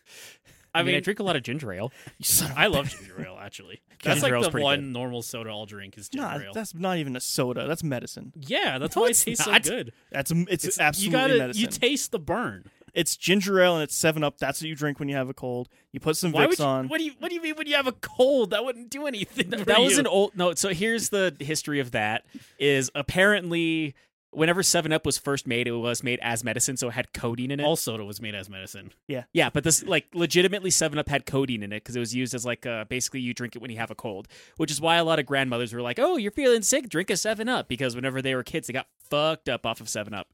I,
I,
mean,
mean,
I drink a lot of ginger ale.
son of
I
a
love
bitch.
ginger ale actually. That's
Ginger ale's
like the
pretty
one normal soda I'll drink is ginger
Nah,
ale.
that's not even a soda. That's medicine.
yeah, that's
No,
why it
it's
tastes
not.
so good.
That's it's,
It's-
absolutely
you gotta
medicine.
you taste the burn.
it's ginger ale and it's Seven Up. That's what you drink when you have a cold. You put some
Why
Vicks
would you,
on.
what do you what do you mean when you have a cold? That wouldn't do anything.
Th-
for
that was
you.
an old no so here's the history of that is apparently whenever 7 up was first made it was made as medicine so it had codeine in it
all soda was made as medicine.
yeah but this like legitimately 7 up had codeine in it because it was used as like uh, basically you drink it when you have a cold which is why a lot of grandmothers were like oh you're feeling sick drink a 7 up because whenever they were kids they got fucked up off of 7 up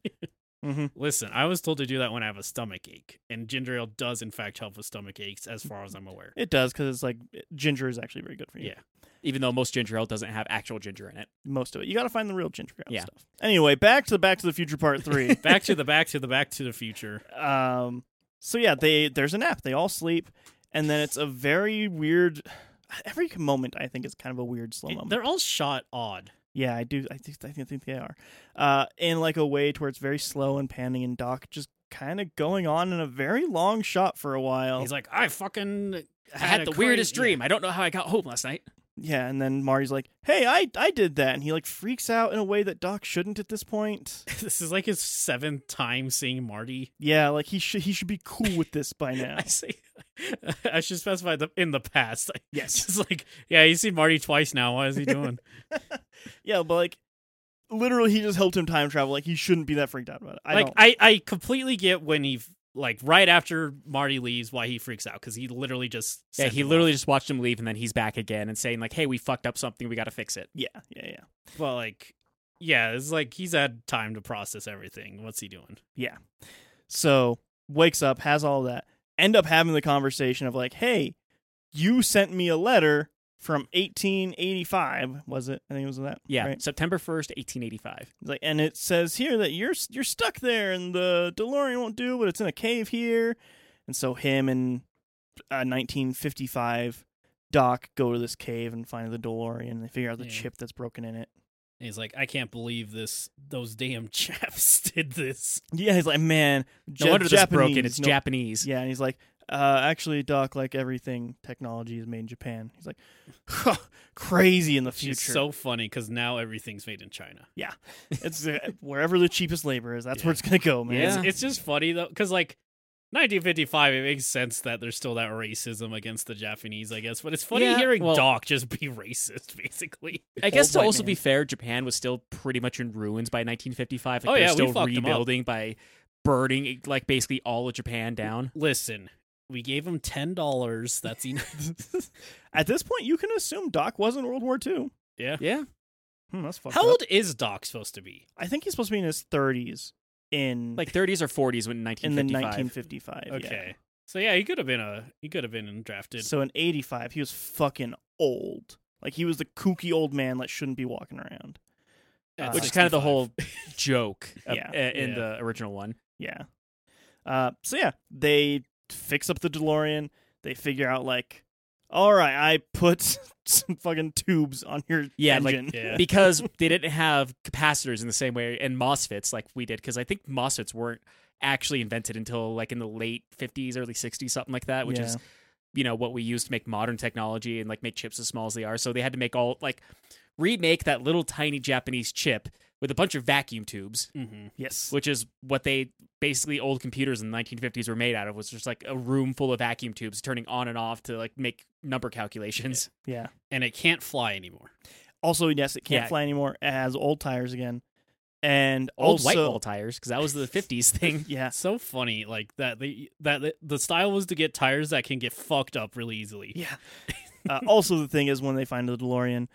mm-hmm.
Listen, I was told to do that when I have a stomach ache, and ginger ale does in fact help with stomach aches, as far as I'm aware.
It does because it's like ginger is actually very good for you.
Yeah.
even though most ginger ale doesn't have actual ginger in it
most of it. You got to find the real ginger ale
Yeah.
stuff. Anyway, back to the Back to the Future Part Three.
Back to the back to the back to the future.
um, so yeah, they there's a nap. They all sleep, and then it's a very weird. Every moment, I think, is kind of a weird slow moment.
They're all shot odd.
Yeah, I do. I think I think, I think they are, uh, in like a way to where it's very slow and panning, and Doc just kind of going on in a very long shot for a while.
He's like, I fucking
Oh. i had
a
the
cra-
weirdest
yeah.
dream i don't know how i got home last night
yeah, and then Marty's like, "Hey, I I did that," and he like freaks out in a way that Doc shouldn't at this point.
this is like his seventh time seeing Marty.
Yeah, like he should he should be cool with this by now.
I say, I should specify the in the past.
yes.
It's like, yeah, you see Marty twice now. What is he doing?
Yeah, but like literally, he just helped him time travel. Like he shouldn't be that freaked out about it. I
like,
don't.
I, I completely get when he like right after Marty leaves why he freaks out because he literally just
yeah
sent
he
him
literally just watched him leave and then he's back again and saying like hey we fucked up something we gotta fix it
yeah, yeah, yeah.
off. But like, yeah, it's like he's had time to process everything. What's he doing?
So wakes up, has all that, end up having the conversation of like, hey, you sent me a letter from 1885, was it? I think it was that.
yeah
Right?
september 1st 1885
He's Like, and it says here that you're you're stuck there, and the DeLorean won't do, but it's in a cave here. And so him and uh, 1955 Doc go to this cave and find the DeLorean. and They figure out the
Yeah.
chip that's broken in it.
And he's like, I can't believe this. Those damn chaps did this.
Yeah, he's like, man,
No
Ja-
wonder this is broken. It's
no-
Japanese.
Yeah, and he's like, uh, actually, Doc, like everything, technology is made in Japan. He's like, huh, crazy in the
She's
future.
so funny because now everything's made in China.
it's uh, wherever the cheapest labor is, that's where it's gonna go, man.
Yeah.
It's, it's just funny though, because like 1955, it makes sense that there's still that racism against the Japanese, I guess. But it's funny
Yeah,
hearing
well-
Doc just be racist, basically.
I guess
Old
to
white
also
man.
be fair, Japan was still pretty much in ruins by 1955. Like
Oh,
they
yeah,
were
we
still
fucked 'em up.
rebuilding by burning like basically all of Japan down.
Listen, we gave him ten dollars. That's enough.
At this point, you can assume Doc was in World War II.
yeah.
Yeah,
Hmm, that's fucked
How
up.
old is Doc supposed to be?
I think he's supposed to be in his 30s in
like 30s or 40s when
in the
1955.
1955. yeah.
Okay. So yeah, he could have been a he could have been drafted.
So in 85, he was fucking old. Like he was the kooky old man that shouldn't be walking around.
at
Which is kind of the
65.
whole joke uh,
Yeah.
uh, in
Yeah.
the original one.
Yeah. Uh, so yeah, they fix up the DeLorean. They figure out like, all right, I put some fucking tubes on your
Yeah, like-
engine.
Yeah.
because they didn't have capacitors in the same way and MOSFETs like we did. Because I think MOSFETs weren't actually invented until like in the late 50s, early 60s, something like that, which
Yeah.
is you know what we use to make modern technology and like make chips as small as they are. So they had to make all like remake that little tiny Japanese chip with a bunch of vacuum tubes,
Mhm.
yes,
which is what they basically old computers in the 1950s were made out of was just like a room full of vacuum tubes turning on and off to like make number calculations.
yeah.
and it can't fly anymore.
Also, yes, it can't
Yeah.
fly anymore. It has old tires again, and
Old
also
white wall tires because that was the 50s thing.
yeah,
So funny, like that. They that the, the style was to get tires that can get fucked up really easily.
Yeah. uh, also, the thing is, when they find the DeLorean,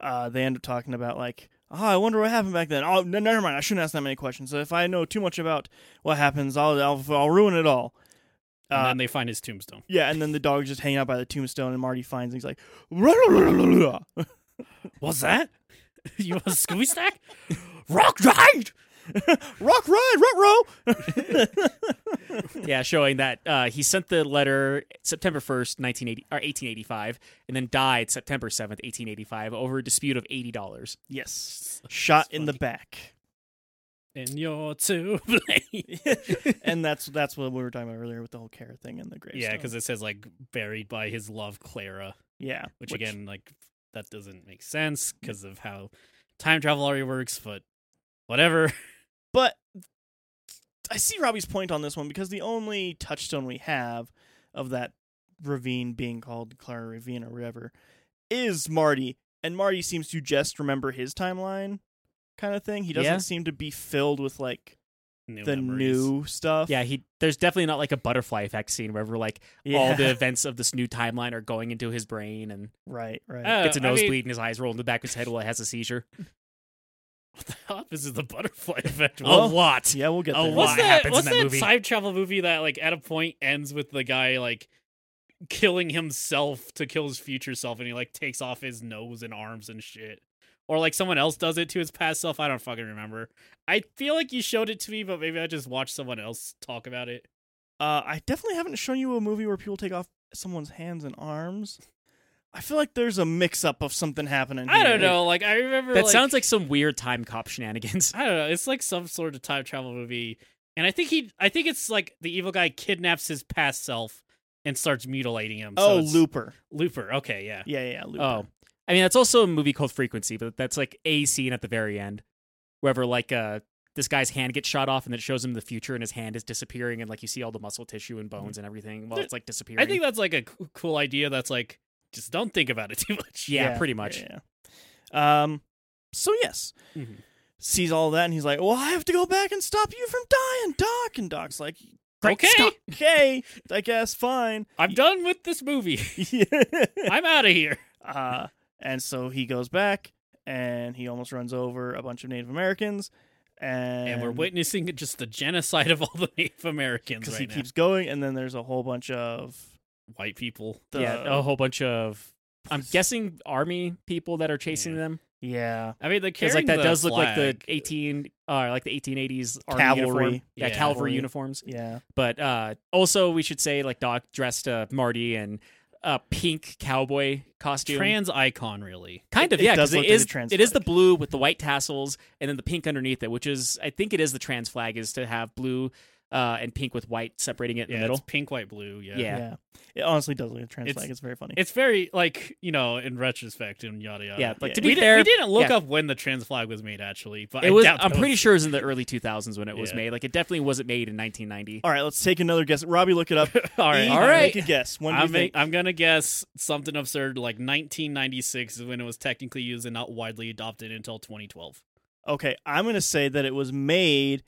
uh, they end up talking about like, oh, I wonder what happened back then. Oh, no, never mind. I shouldn't ask that many questions. So if I know too much about what happens, I'll I'll, I'll ruin it all.
And
Uh,
then they find his tombstone.
yeah, and then the dog's just hanging out by the tombstone, and Marty finds, and he's like, "Ruh-ruh-ruh-ruh-ruh-ruh."
What's that? you want a Scooby Snack? Rock ride.
rock ride, rock row.
yeah, showing that uh, he sent the letter September 1st, 1980 or 1885 and then died September 7th, 1885 over a dispute of $80.
yes, shot
That's
in the
funny.
back,
And you're to blame.
and that's that's what we were talking about earlier with the whole carrot thing in the grave.
yeah, because it says like buried by his love Clara,
yeah,
which, again, like that doesn't make sense because of how time travel already works. But whatever.
But I see Robbie's point on this one because the only touchstone we have of that ravine being called Clara Ravine or whatever is Marty, and Marty seems to just remember his timeline kind of thing. He doesn't
Yeah.
seem to be filled with like
New
the
memories.
new stuff.
Yeah, he there's definitely not like a butterfly effect scene where we're like all
Yeah.
the events of this new timeline are going into his brain and
right, right.
Uh,
gets a
I mean-
nosebleed and his eyes roll in the back of his head while he has a seizure.
The opposite of Oh, the butterfly effect.
Well,
a lot.
yeah, we'll get
a
there.
lot
Oh, What's that,
happens in
what's
that movie.
time travel movie that like at a point ends with the guy like killing himself to kill his future self and he like takes off his nose and arms and shit. Or like someone else does it to his past self. I don't fucking remember. I feel like you showed it to me, but maybe I just watched someone else talk about it.
Uh, I definitely haven't shown you a movie where people take off someone's hands and arms. I feel like there's a mix-up of something happening.
I
here.
don't know. Like I remember
That sounds like some weird time cop shenanigans.
I don't know. It's like some sort of time travel movie, and I think he, I think it's like the evil guy kidnaps his past self and starts mutilating him. so
Oh,
it's-
Looper.
Looper. Okay, yeah.
Yeah, yeah, yeah, Looper.
Oh. I mean, that's also a movie called Frequency, but that's like a scene at the very end. Wherever like uh this guy's hand gets shot off and it shows him the future and his hand is disappearing and like you see all the muscle tissue and bones and everything while
Mm-hmm. There-
it's like disappearing.
I think that's like a c- cool idea. That's like just don't think about it too much.
yeah, pretty much. Mm-hmm.
Yeah. yeah. Um. So yes,
Mhm.
sees all that, and he's like, "Well, I have to go back and stop you from dying, Doc." And Doc's like, "Great,
Okay.
stop. okay, I guess, fine."
I'm done with this movie. I'm out of here.
uh, and so he goes back, and he almost runs over a bunch of Native Americans, and,
And we're witnessing just the genocide of all the Native Americans
because
right
he
now.
keeps going, and then there's a whole bunch of
White people.
the
oh.
yeah, a whole bunch of I'm guessing army people that are chasing
Yeah.
them.
Yeah.
I mean, the
Because
carrying
like that
the
does look like the
flag-
eighteen, uh, like the eighteen eighties
Cavalry.
yeah,
Yeah.
cavalry
Cavalry.
uniforms.
Yeah.
But uh, also, we should say like Doc dressed uh, Marty in a pink cowboy costume,
trans icon, really.
kind of
it
yeah,
does
because it
look like a
is
trans
it is the
flag.
blue with the white tassels and then the pink underneath it, which is I think it is the trans flag is to have blue uh, and pink with white separating it in the
Yeah, it's
middle.
pink, white, blue. Yeah.
Yeah.
Yeah. It honestly does look like a trans
It's-
flag. It's very funny.
It's very like you know in retrospect and yada yada.
Yeah, like to
Yeah.
be
uh, we, di-
fair,
we didn't look
yeah.
up when the trans flag was made actually, but
it
I
was.
doubt
I'm
that
pretty
was-
sure it was in the early 2000s when it was
Yeah.
made. Like it definitely wasn't made in 1990.
All right, let's take another guess. Robbie, look it up.
All right,
Ian,
All right.
Make a guess. When do you
I'm,
think?
I'm gonna guess something absurd like 1996 is when it was technically used and not widely adopted until 2012.
Okay, I'm going to say that it was made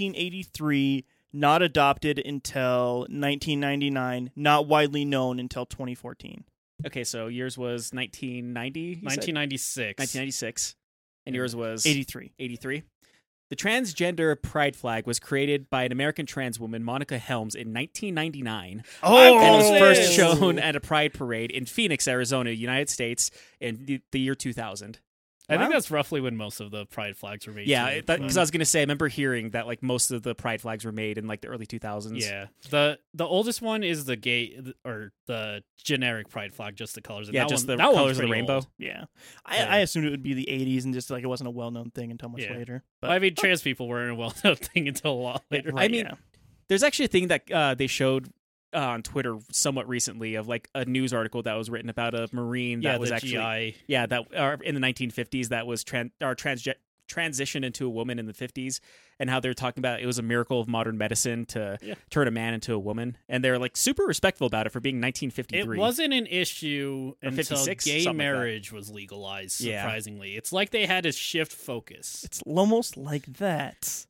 1983, not adopted until 1999, not widely known until 2014.
Okay, so yours was 1990. you said?
1996.
1996, and yours was
83.
83. The transgender pride flag was created by an American trans woman, Monica Helms, in 1999, and
Oh,
was first
yes.
shown at a pride parade in Phoenix, Arizona, United States, in the, the year 2000.
I think
Wow.
that's roughly when most of the pride flags were made.
Yeah,
too.
because I was gonna say, I remember hearing that like most of the pride flags were made in like the early 2000s.
Mm. Yeah. The the oldest one is the gay or the generic pride flag, just the colors. And
yeah,
that
just the
one- that one's
colors of the
pretty
rainbow.
old.
Yeah. I,
Yeah.
I assumed it would be the 80s and just like it wasn't a well known thing until much
Yeah.
later. But
Well, I mean, trans people weren't a well known thing until a lot later.
I mean,
yeah.
there's actually a thing that uh, they showed uh, on Twitter somewhat recently of like a news article that was written about a Marine that
yeah,
was
the
actually
GI.
yeah that or in the 1950s that was tran- or transge- transitioned into a woman in the 50s and how they're talking about it was a miracle of modern medicine to
Yeah.
turn a man into a woman and they're like super respectful about it for being
It
1953.
wasn't an issue
Or
until
56,
gay
something like that.
marriage was legalized.
Yeah.
Surprisingly, it's like they had to shift focus.
it's almost like that.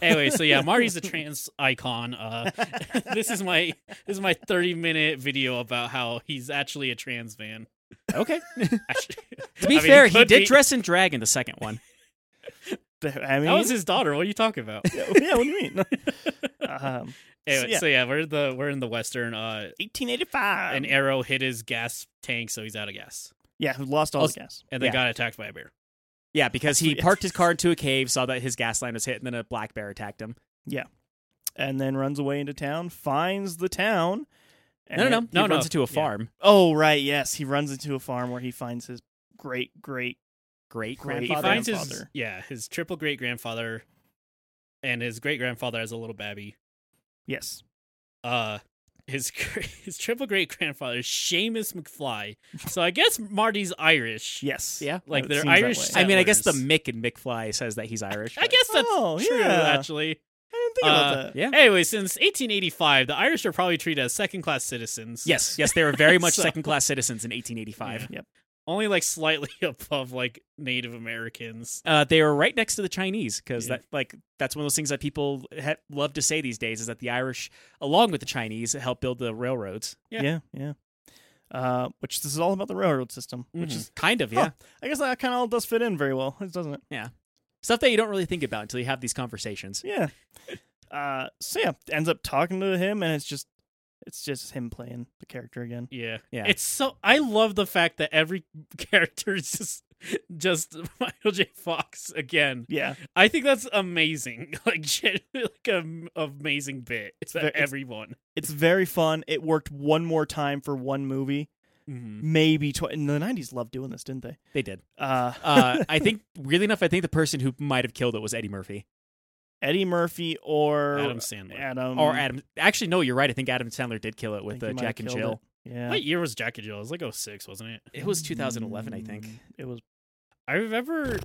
anyway, so yeah, Marty's a trans icon. Uh, this is my this is my thirty minute video about how he's actually a trans man.
okay.
Actually-
to be
I mean,
fair, he
could
did
be-
dress in drag in the second one.
I mean,
That was his daughter. What are you talking about?
yeah, what do you mean? um,
Anyway,
yeah.
So yeah, we're the we're in the western. Uh,
1885.
Um,
an arrow hit his gas tank, so he's out of gas,
yeah, who lost all his gas.
and then
Yeah.
got attacked by a bear.
Yeah, because he
Yeah.
parked his car into a cave, saw that his gas line was hit, and then a black bear attacked him.
And then runs away into town, finds the town. and
No, no, no,
it-
he
no, no.
runs into a
Yeah.
farm.
Oh, right. Yes. He runs into a farm where he finds his great, great.
Great
Great. He
grandfather.
Father
finds
and
his
father.
yeah his triple great grandfather, and his great grandfather has a little babby.
Yes.
Uh, his gr- his triple great grandfather is Seamus McFly. So I guess Marty's Irish.
Yes.
Yeah.
Like,
It
they're
seems that
Irish
way.
side.
I mean, I guess the
settlers.
Mick and McFly says that he's Irish.
I guess that's
Oh,
true,
yeah. I
actually.
didn't think about
Uh,
that.
yeah.
Anyway, since 1885, the Irish are probably treated as second class citizens.
Yes, yes, they were very much
So-
second class citizens in 1885.
Only like slightly above like Native Americans.
Uh, they were right next to the Chinese because
Yeah.
that like that's one of those things that people ha- love to say these days is that the Irish, along with the Chinese, helped build the railroads.
Yeah.
Yeah. Yeah. Uh, which this is all about the railroad system, which
Mhm.
is,
Kind of, yeah.
Hmm. Huh. I guess, that kind of all does fit in very well, doesn't it?
Stuff that you don't really think about until you have these conversations.
Yeah. Uh, so yeah, ends up talking to him, and it's just, it's just him playing the character again.
Yeah.
Yeah.
It's so I love the fact that every character is just just Michael J. Fox again.
Yeah,
I think that's amazing. Like gen- like an amazing bit
It's
that
ve- it's-
everyone.
it's very fun. It worked one more time for one movie,
Mm-hmm.
maybe tw- in the '90s. Loved doing this, didn't they?
They did.
Uh,
Uh, I think, weirdly enough, I think the person who might have killed it was Eddie Murphy
Eddie Murphy or
Adam Sandler.
Adam
or Adam. Actually, no, you're right. I think Adam Sandler did kill it
Mm. I think
with
he
uh,
might
Jack
have
and
killed
Jill.
it. Yeah,
What year was Jack and Jill? It was like 06, wasn't it?
It was 2011, I think.
Mm, It was.
I remember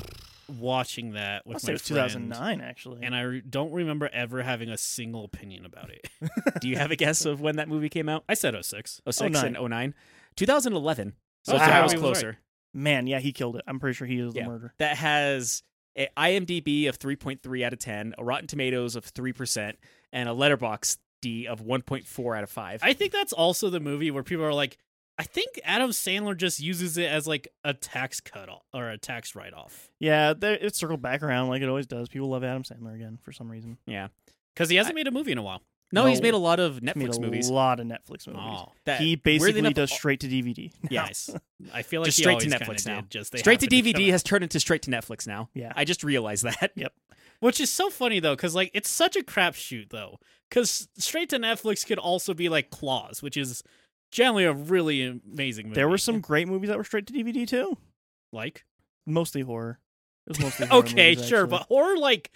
watching that
I'll
with
say
my
it was
friend,
2009, actually.
and I re- don't remember ever having a single opinion about it.
Do you have a guess of when that movie came out?
I said 06.
06
09.
and 09. 2011. Oh, So
Wow.
I was
He
Oh, was
closer.
Man, yeah, he killed it. I'm pretty sure he is the
Yeah.
murderer.
That has a IMDb of 3.3 out of 10, a Rotten Tomatoes of 3%, and a Letterbox D of 1.4 out of 5.
I think that's also the movie where people are like, I think Adam Sandler just uses it as like a tax cut off or a tax write off
Yeah, there, it circled back around like it always does. People love Adam Sandler again for some reason.
yeah.
because he hasn't made a movie in a while.
No, he's
No.
made a lot of Netflix
He's made a
movies.
lot of Netflix movies.
Oh,
that-
he
weirdly
basically
enough,
does
all-
straight to DVD.
Yeah.
nice. I feel like
Just
he
straight to
always
Netflix
kinda
now.
Did, just they
straight to
happened come
DVD
out.
has turned into straight to Netflix now.
Yeah.
I just realized that.
which is so funny though, because like it's such a crapshoot though, because straight to Netflix could also be like Claws, which is generally a really amazing. Movie.
There were some great movies that were straight to DVD too.
like
Mostly horror. It was mostly horror
okay,
movies,
sure,
actually.
but horror like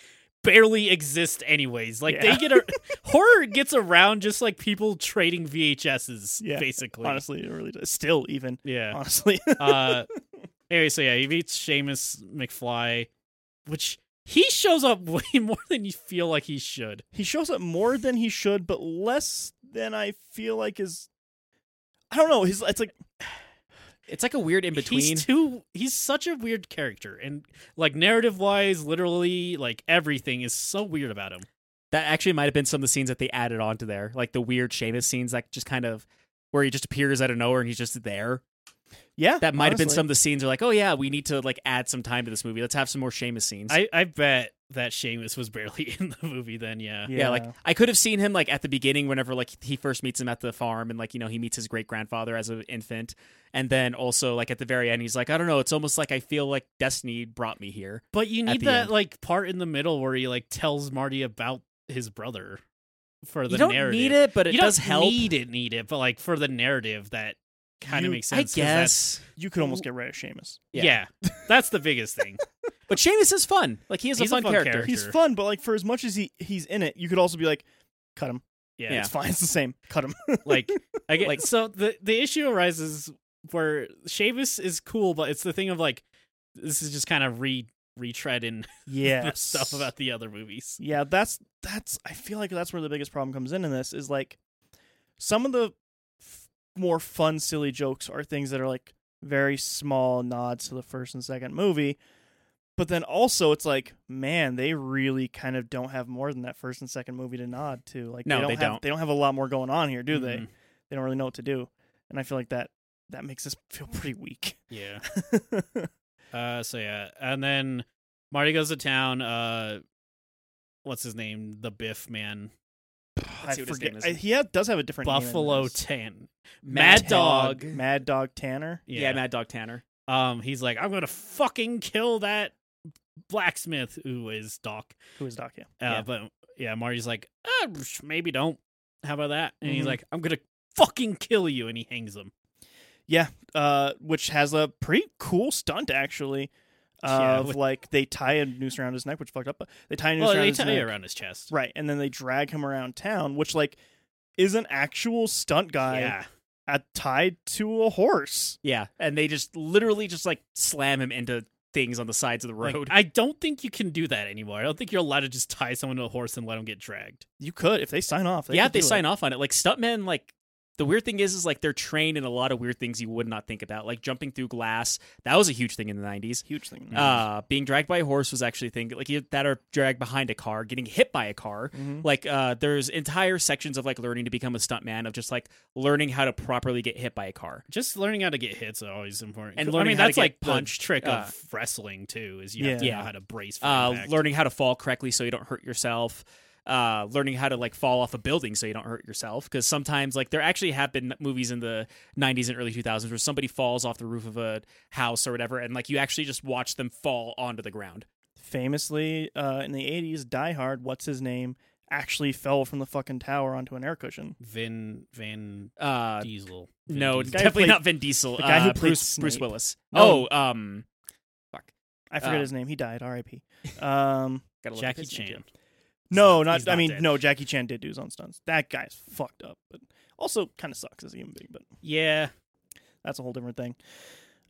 barely exists anyways. Like
Yeah.
they get a horror gets around just like people trading VHSs,
Yeah,
basically.
honestly, it really does. Still, even
Yeah.
honestly,
uh anyway, so yeah, he meets Seamus McFly, which he shows up way more than you feel like he should.
he shows up more than he should, but less than I feel like is. I don't know. His it's like
It's like a weird in between.
He's too he's such a weird character and like narrative wise, literally like everything is so weird about him.
That actually might have been some of the scenes that they added onto there, like the weird Seamus scenes, like just kind of where he just appears out of nowhere and he's just there.
yeah,
That might have been
honestly.
some of the scenes. Are like, oh yeah, we need to like add some time to this movie. Let's have some more Seamus scenes.
I, I bet that Seamus was barely in the movie then, yeah.
yeah, like I could have seen him like at the beginning whenever like he first meets him at the farm and like you know he meets his great grandfather as an infant, and then also like at the very end he's like, I don't know, it's almost like I feel like destiny brought me here.
But you
At
need
the
that
end.
like part in the middle where he like tells Marty about his brother for the
you don't
narrative.
need it, but it
you
does
don't
help.
need it, need it, but like for the narrative that kind
You-
of makes
I
sense. 'cause that's-
guess,
you could almost get rid of Seamus.
Yeah.
yeah. that's the biggest thing.
but Seamus is fun. Like he is
He's
a fun, character.
He's
Sure.
fun, but like for as much as he he's in it, you could also be like, cut him.
Yeah.
It's fine. It's the same. Cut him.
like I get
Like-
like so the the issue arises where Shavis is cool, but it's the thing of like this is just kind of re retreading
yeah,
the stuff about the other movies.
Yeah, that's that's. I feel like that's where the biggest problem comes in. In this is like some of the f- more fun, silly jokes are things that are like very small nods to the first and second movie, but then also it's like, man, they really kind of don't have more than that first and second movie to nod to. Like,
No,
they don't.
they
have,
don't. Mm-hmm.
They don't have a lot more going on here, do they?
Mhm.
They don't really know what to do, and I feel like that that makes us feel pretty weak.
Yeah.
Oh,
Uh, so yeah, and then Marty goes to town. Uh, what's his name? The Biff man,
I
see what his name
forget.
is.
I, he had, does have a different name in
Buffalo
this.
Tan.
Mad,
Mad
Dog.
Dog.
Mad Dog Tanner.
Yeah.
Yeah.
Mad Dog Tanner.
um, he's like, I'm gonna fucking kill that blacksmith who is Doc.
Who is Doc? Yeah.
Uh,
Yeah.
But yeah, Marty's like, uh, psh, maybe don't. How about that? And
Mm-hmm.
Mhm.
he's like, I'm gonna fucking kill you, and he hangs him.
uh, which has a pretty cool stunt actually.
Yeah,
Of
with-
like they tie a noose around his neck, which fucked up. But they tie a noose
Well,
around
they
his
tie
neck,
it around his chest.
right? And then they drag him around town, which like is an actual stunt guy
Yeah,
uh, tied to a horse.
Yeah, and they just literally just like slam him into things on the sides of the
Like,
road.
I don't think you can do that anymore. I don't think you're allowed to just tie someone to a horse and let them get dragged.
You could if they sign off.
yeah, they sign off on it. Like stuntmen, like the weird thing is, is like they're trained in a lot of weird things you would not think about, like jumping through glass. That was a huge thing in the '90s.
Huge thing.
Uh, being dragged by a horse was actually a thing. Like you- that, or dragged behind a car, getting hit by a car.
Mhm.
Like uh, there's entire sections of like learning to become a stuntman of just like learning how to properly get hit by a car.
Just learning how to get hits is always important.
And
I
learning
mean,
how to
that's
get
like
punched,
punch trick
uh,
of wrestling too. Is you have to
Yeah.
know how to brace for
Uh,
impact.
learning how to fall correctly so you don't hurt yourself. Uh, learning how to like fall off a building so you don't hurt yourself because sometimes like there actually have been movies in the 90s and early 2000s where somebody falls off the roof of a house or whatever and like you actually just watch them fall onto the ground
Famously, uh, in the '80s, Die Hard. What's his name? Actually fell from the fucking tower onto an air cushion.
Vin Van
uh
Diesel. Vin
no
Diesel.
guy who
definitely
played-
not Vin Diesel
the guy who
uh,
played
Bruce Bruce
Snape.
Willis
No.
oh um
I forget
Uh.
his name. He died. R.I.P. Um,
gotta look up
Jackie
his name.
Chan.
No,
He's not-
not,
he's
I
not
mean,
dead.
no. Jackie Chan did do his own stunts. That guy's fucked up, but also kind of sucks as a human being. But
Yeah,
that's a whole different thing.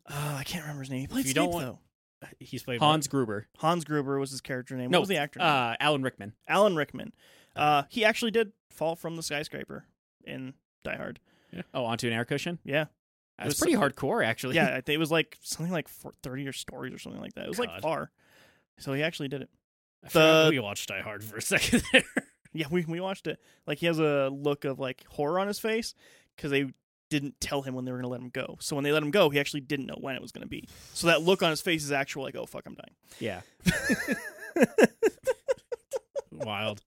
Uh, I can't remember his name. He played
you
Snape
don't want-
though.
he's played
Hans Gruber
Hans Gruber was his character name.
No,
what was the actor? name?
uh Alan Rickman
Alan Rickman. Uh, he actually did fall from the skyscraper in Die Hard.
oh onto an air cushion
Yeah,
It was
was
pretty hardcore actually
yeah. I think it was like something like four- thirty or stories or something like that. It was like
God.
far. So he actually did it.
I forgot
the-
we watched Die Hard for a second there.
Yeah, we we watched it. Like he has a look of like horror on his face because they didn't tell him when they were gonna let him go. So when they let him go, he actually didn't know when it was gonna be. So that look on his face is actual like, oh fuck, I'm dying.
yeah
Wild.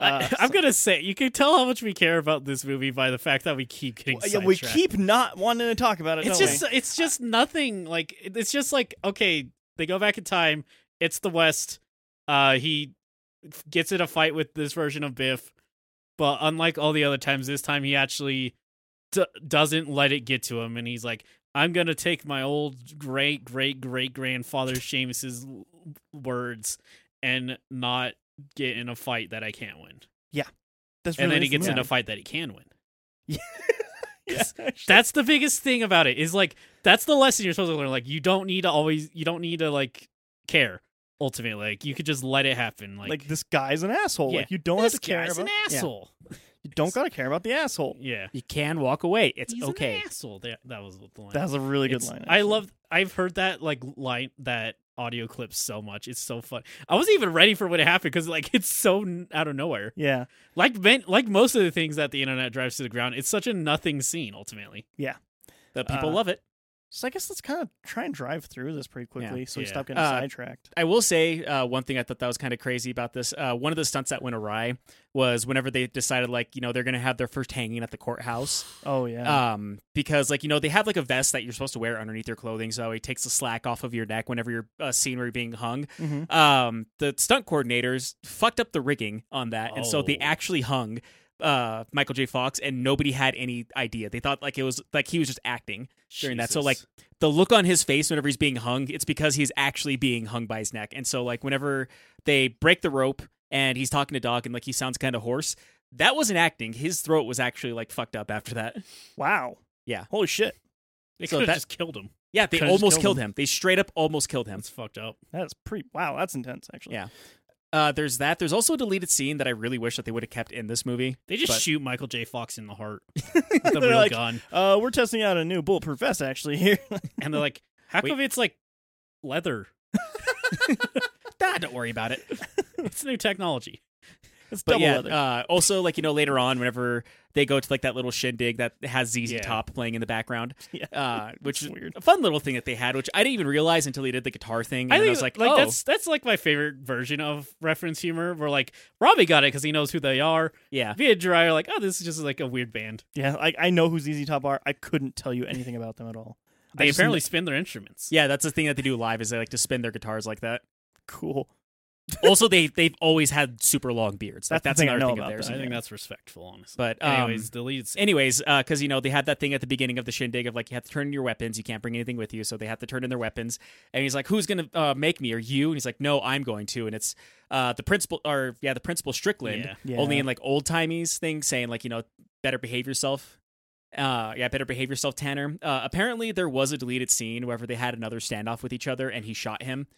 Uh,
I, am gonna say you can tell how much we care about this movie by the fact that we keep getting.
yeah, we
sidetracked.
keep not wanting to talk about it.
It's
don't
just it's just nothing. Like it's just like okay, they go back in time. It's the West. Uh, he f- gets in a fight with this version of Biff, but unlike all the other times, this time he actually d- doesn't let it get to him, and he's like, "I'm gonna take my old great great great grandfather Seamus's l- words and not get in a fight that I can't win."
we? That's
and
really
then he
is the
gets in a
movie.
fight that he can win.
Yeah, actually.
That's the biggest thing about it is like that's the lesson you're supposed to learn. Like you don't need to always you don't need to like care ultimately. Like you could just let it happen. Like,
like, this guy's an asshole.
Yeah.
Like you don't have to
this
care
guy's
about
an
Yeah.
asshole.
You don't gotta care about the asshole.
Yeah,
You can walk away. It's
he's
okay.
An asshole. That, that was the line.
That's a really good
It's-
line.
I
actually.
love. I've heard that like line that audio clip so much. It's so fun. I wasn't even ready for when it happened because like it's so n- out of nowhere.
Yeah,
Like ben, like most of the things that the internet drives to the ground, it's such a nothing scene ultimately.
Yeah.
that people
Uh,
love it.
so I guess let's kind of try and drive through this pretty quickly, so we
Yeah.
stop getting
Uh,
sidetracked.
I will say uh, one thing I thought that was kind of crazy about this. Uh, one of the stunts that went awry was whenever they decided, like, you know, they're going to have their first hanging at the courthouse.
Oh
uh,
yeah,
Um, because, like, you know, they have, like, a vest that you're supposed to wear underneath your clothing. So it takes the slack off of your neck whenever you're uh, seen where you're being hung.
hmm
Um, the stunt coordinators fucked up the rigging on that. And so they
Oh.
actually hung uh, Michael J. Fox and nobody had any idea. They thought, like, it was like he was just acting. during that. So, like,
Jesus.
the look on his face whenever he's being hung, it's because he's actually being hung by his neck. And so like whenever they break the rope and he's talking to Doc and like he sounds kind of hoarse, that wasn't acting. His throat was actually like fucked up after that.
wow.
yeah.
holy shit,
they
so
could have
that-
just killed him.
Yeah, they
Could've just
almost
killed
killed, him. They straight up almost killed him.
That's fucked up.
that's pretty. Wow, that's intense. Actually,
Yeah. Uh, there's that. There's also a deleted scene that I really wish that they would have kept in this movie.
They just
But-
shoot Michael J. Fox in the heart with a
They're
real
like-
gun,
Uh, we're testing out a new bulletproof vest actually here.
and they're like, "How
Wait.
come it's like leather?
Ah, don't worry about it.
It's new technology."
it's
But
double
yeah,
leather.
uh, also like you know later on, whenever they go to like that little shindig that has ZZ
Yeah.
Top playing in the background,
Yeah.
uh, which is
weird.
a fun little thing that they had, which I didn't even realize until they did the guitar thing. And
I
then
think
I was like,
like
oh,
that's that's like my favorite version of reference humor. Where like Robbie got it because he knows who they are.
yeah,
Via Dryer, like, oh, this is just like a weird band.
Yeah, I, I know who ZZ Top are. I couldn't tell you anything about them at all. I
They
just
apparently
kn-
spin their instruments.
yeah. That's the thing that they do live is they like to spin their guitars like that.
cool.
also, they they've always had super long beards. Like, that's
That's the thing I
another
know
thing
about
of theirs.
I think
Yeah.
that's respectful, honestly.
But um,
Anyways, the leads.
Anyways, because you know they had that thing at the beginning of the shindig of like you have to turn in your weapons, you can't bring anything with you, so they have to turn in their weapons. And he's like, "Who's gonna uh, make me? Or you?" And he's like, "No, I'm going to." And it's uh, the principal, or yeah, the principal Strickland,
Yeah.
Yeah.
only in like old timeies thing, saying like you know better behave yourself. Uh, yeah, better behave yourself, Tanner. Uh, apparently, there was a deleted scene wherever they had another standoff with each other, and he shot him.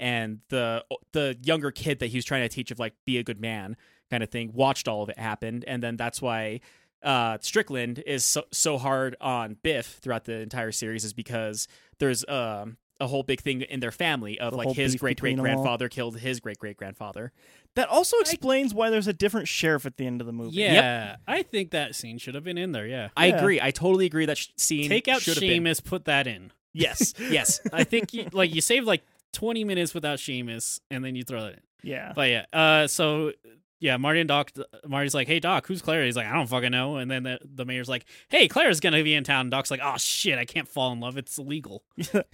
And the the younger kid that he was trying to teach of like be a good man kind of thing watched all of it happen, and then that's why uh, Strickland is so, so hard on Biff throughout the entire series is because there's um, a whole big thing in their family of
The whole
like his
beef
great
between
great
them all.
grandfather killed his great great grandfather.
That also explains why there's a different sheriff at the end of the movie.
yeah, I think that scene should have been in there. Yeah,
I
Yeah.
agree. I totally agree that sh- scene
take out
should have been.
Seamus, put that in.
Yes, yes.
I think you like you save like 20 minutes without Seamus, and then you throw it. In.
Yeah.
But yeah, uh, so yeah, Marty and Doc. Marty's like, "Hey Doc, who's Claire?" He's like, "I don't fucking know." And then the, the mayor's like, "Hey, Claire's gonna be in town." And Doc's like, "Oh shit, I can't fall in love. It's illegal."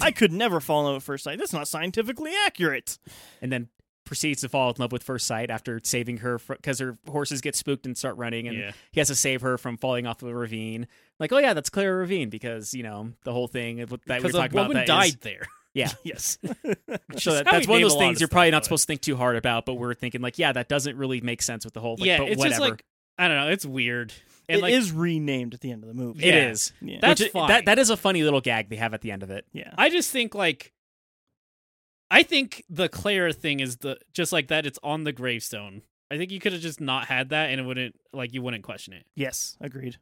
I could never fall in love at first sight. That's not scientifically accurate.
and then proceeds to fall in love with first sight after saving her because her horses get spooked and start running, and
Yeah.
he has to save her from falling off of a ravine. Like, oh yeah, that's Clara Ravine because you know the whole thing of what- that we were
Because a
talking about.
woman
that is-
died there.
Yes.
so
is
that-
how
that's
we
one of
name
those
a lot
things
of
you're probably
stuff,
not
but-
supposed to think too hard about, but we're thinking like, yeah, that doesn't really make sense with the whole. Like,
yeah,
but
it's
whatever.
just like I don't know. It's weird.
It
And
is
like
renamed at the end of the movie.
It
Yeah.
is.
Yeah.
That's
Which is-
fine.
That that is a funny little gag they have at the end of it.
yeah.
I just think like I think the Claire thing is the just like that it's on the gravestone. I think you could have just not had that and it wouldn't like you wouldn't question it.
Yes. Agreed.